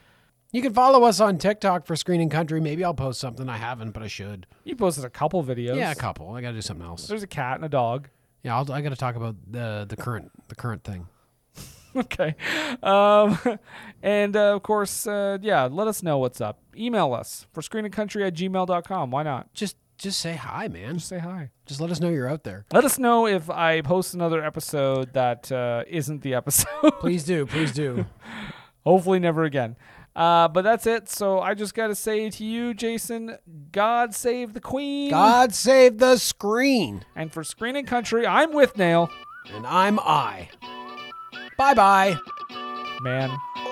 S3: You can follow us on TikTok for Screening Country. Maybe I'll post something. I haven't, but I should.
S2: You posted a couple videos.
S3: Yeah, a couple. I got to do something else.
S2: There's a cat and a dog.
S3: Yeah, I'll, I got to talk about the the current the current thing.
S2: okay. Um, and uh, of course, uh, yeah, let us know what's up. Email us for screenandcountry at gmail.com. Why not?
S3: Just just say hi, man. Just
S2: say hi.
S3: Just let us know you're out there.
S2: Let us know if I post another episode that uh, isn't the episode.
S3: Please do, please do.
S2: Hopefully, never again. Uh, but that's it. So I just got to say to you, Jason, God save the Queen.
S3: God save the screen.
S2: And for Screen and Country, I'm with Nail.
S3: And I'm I. Bye bye.
S2: Man.
S1: Uh, Uh,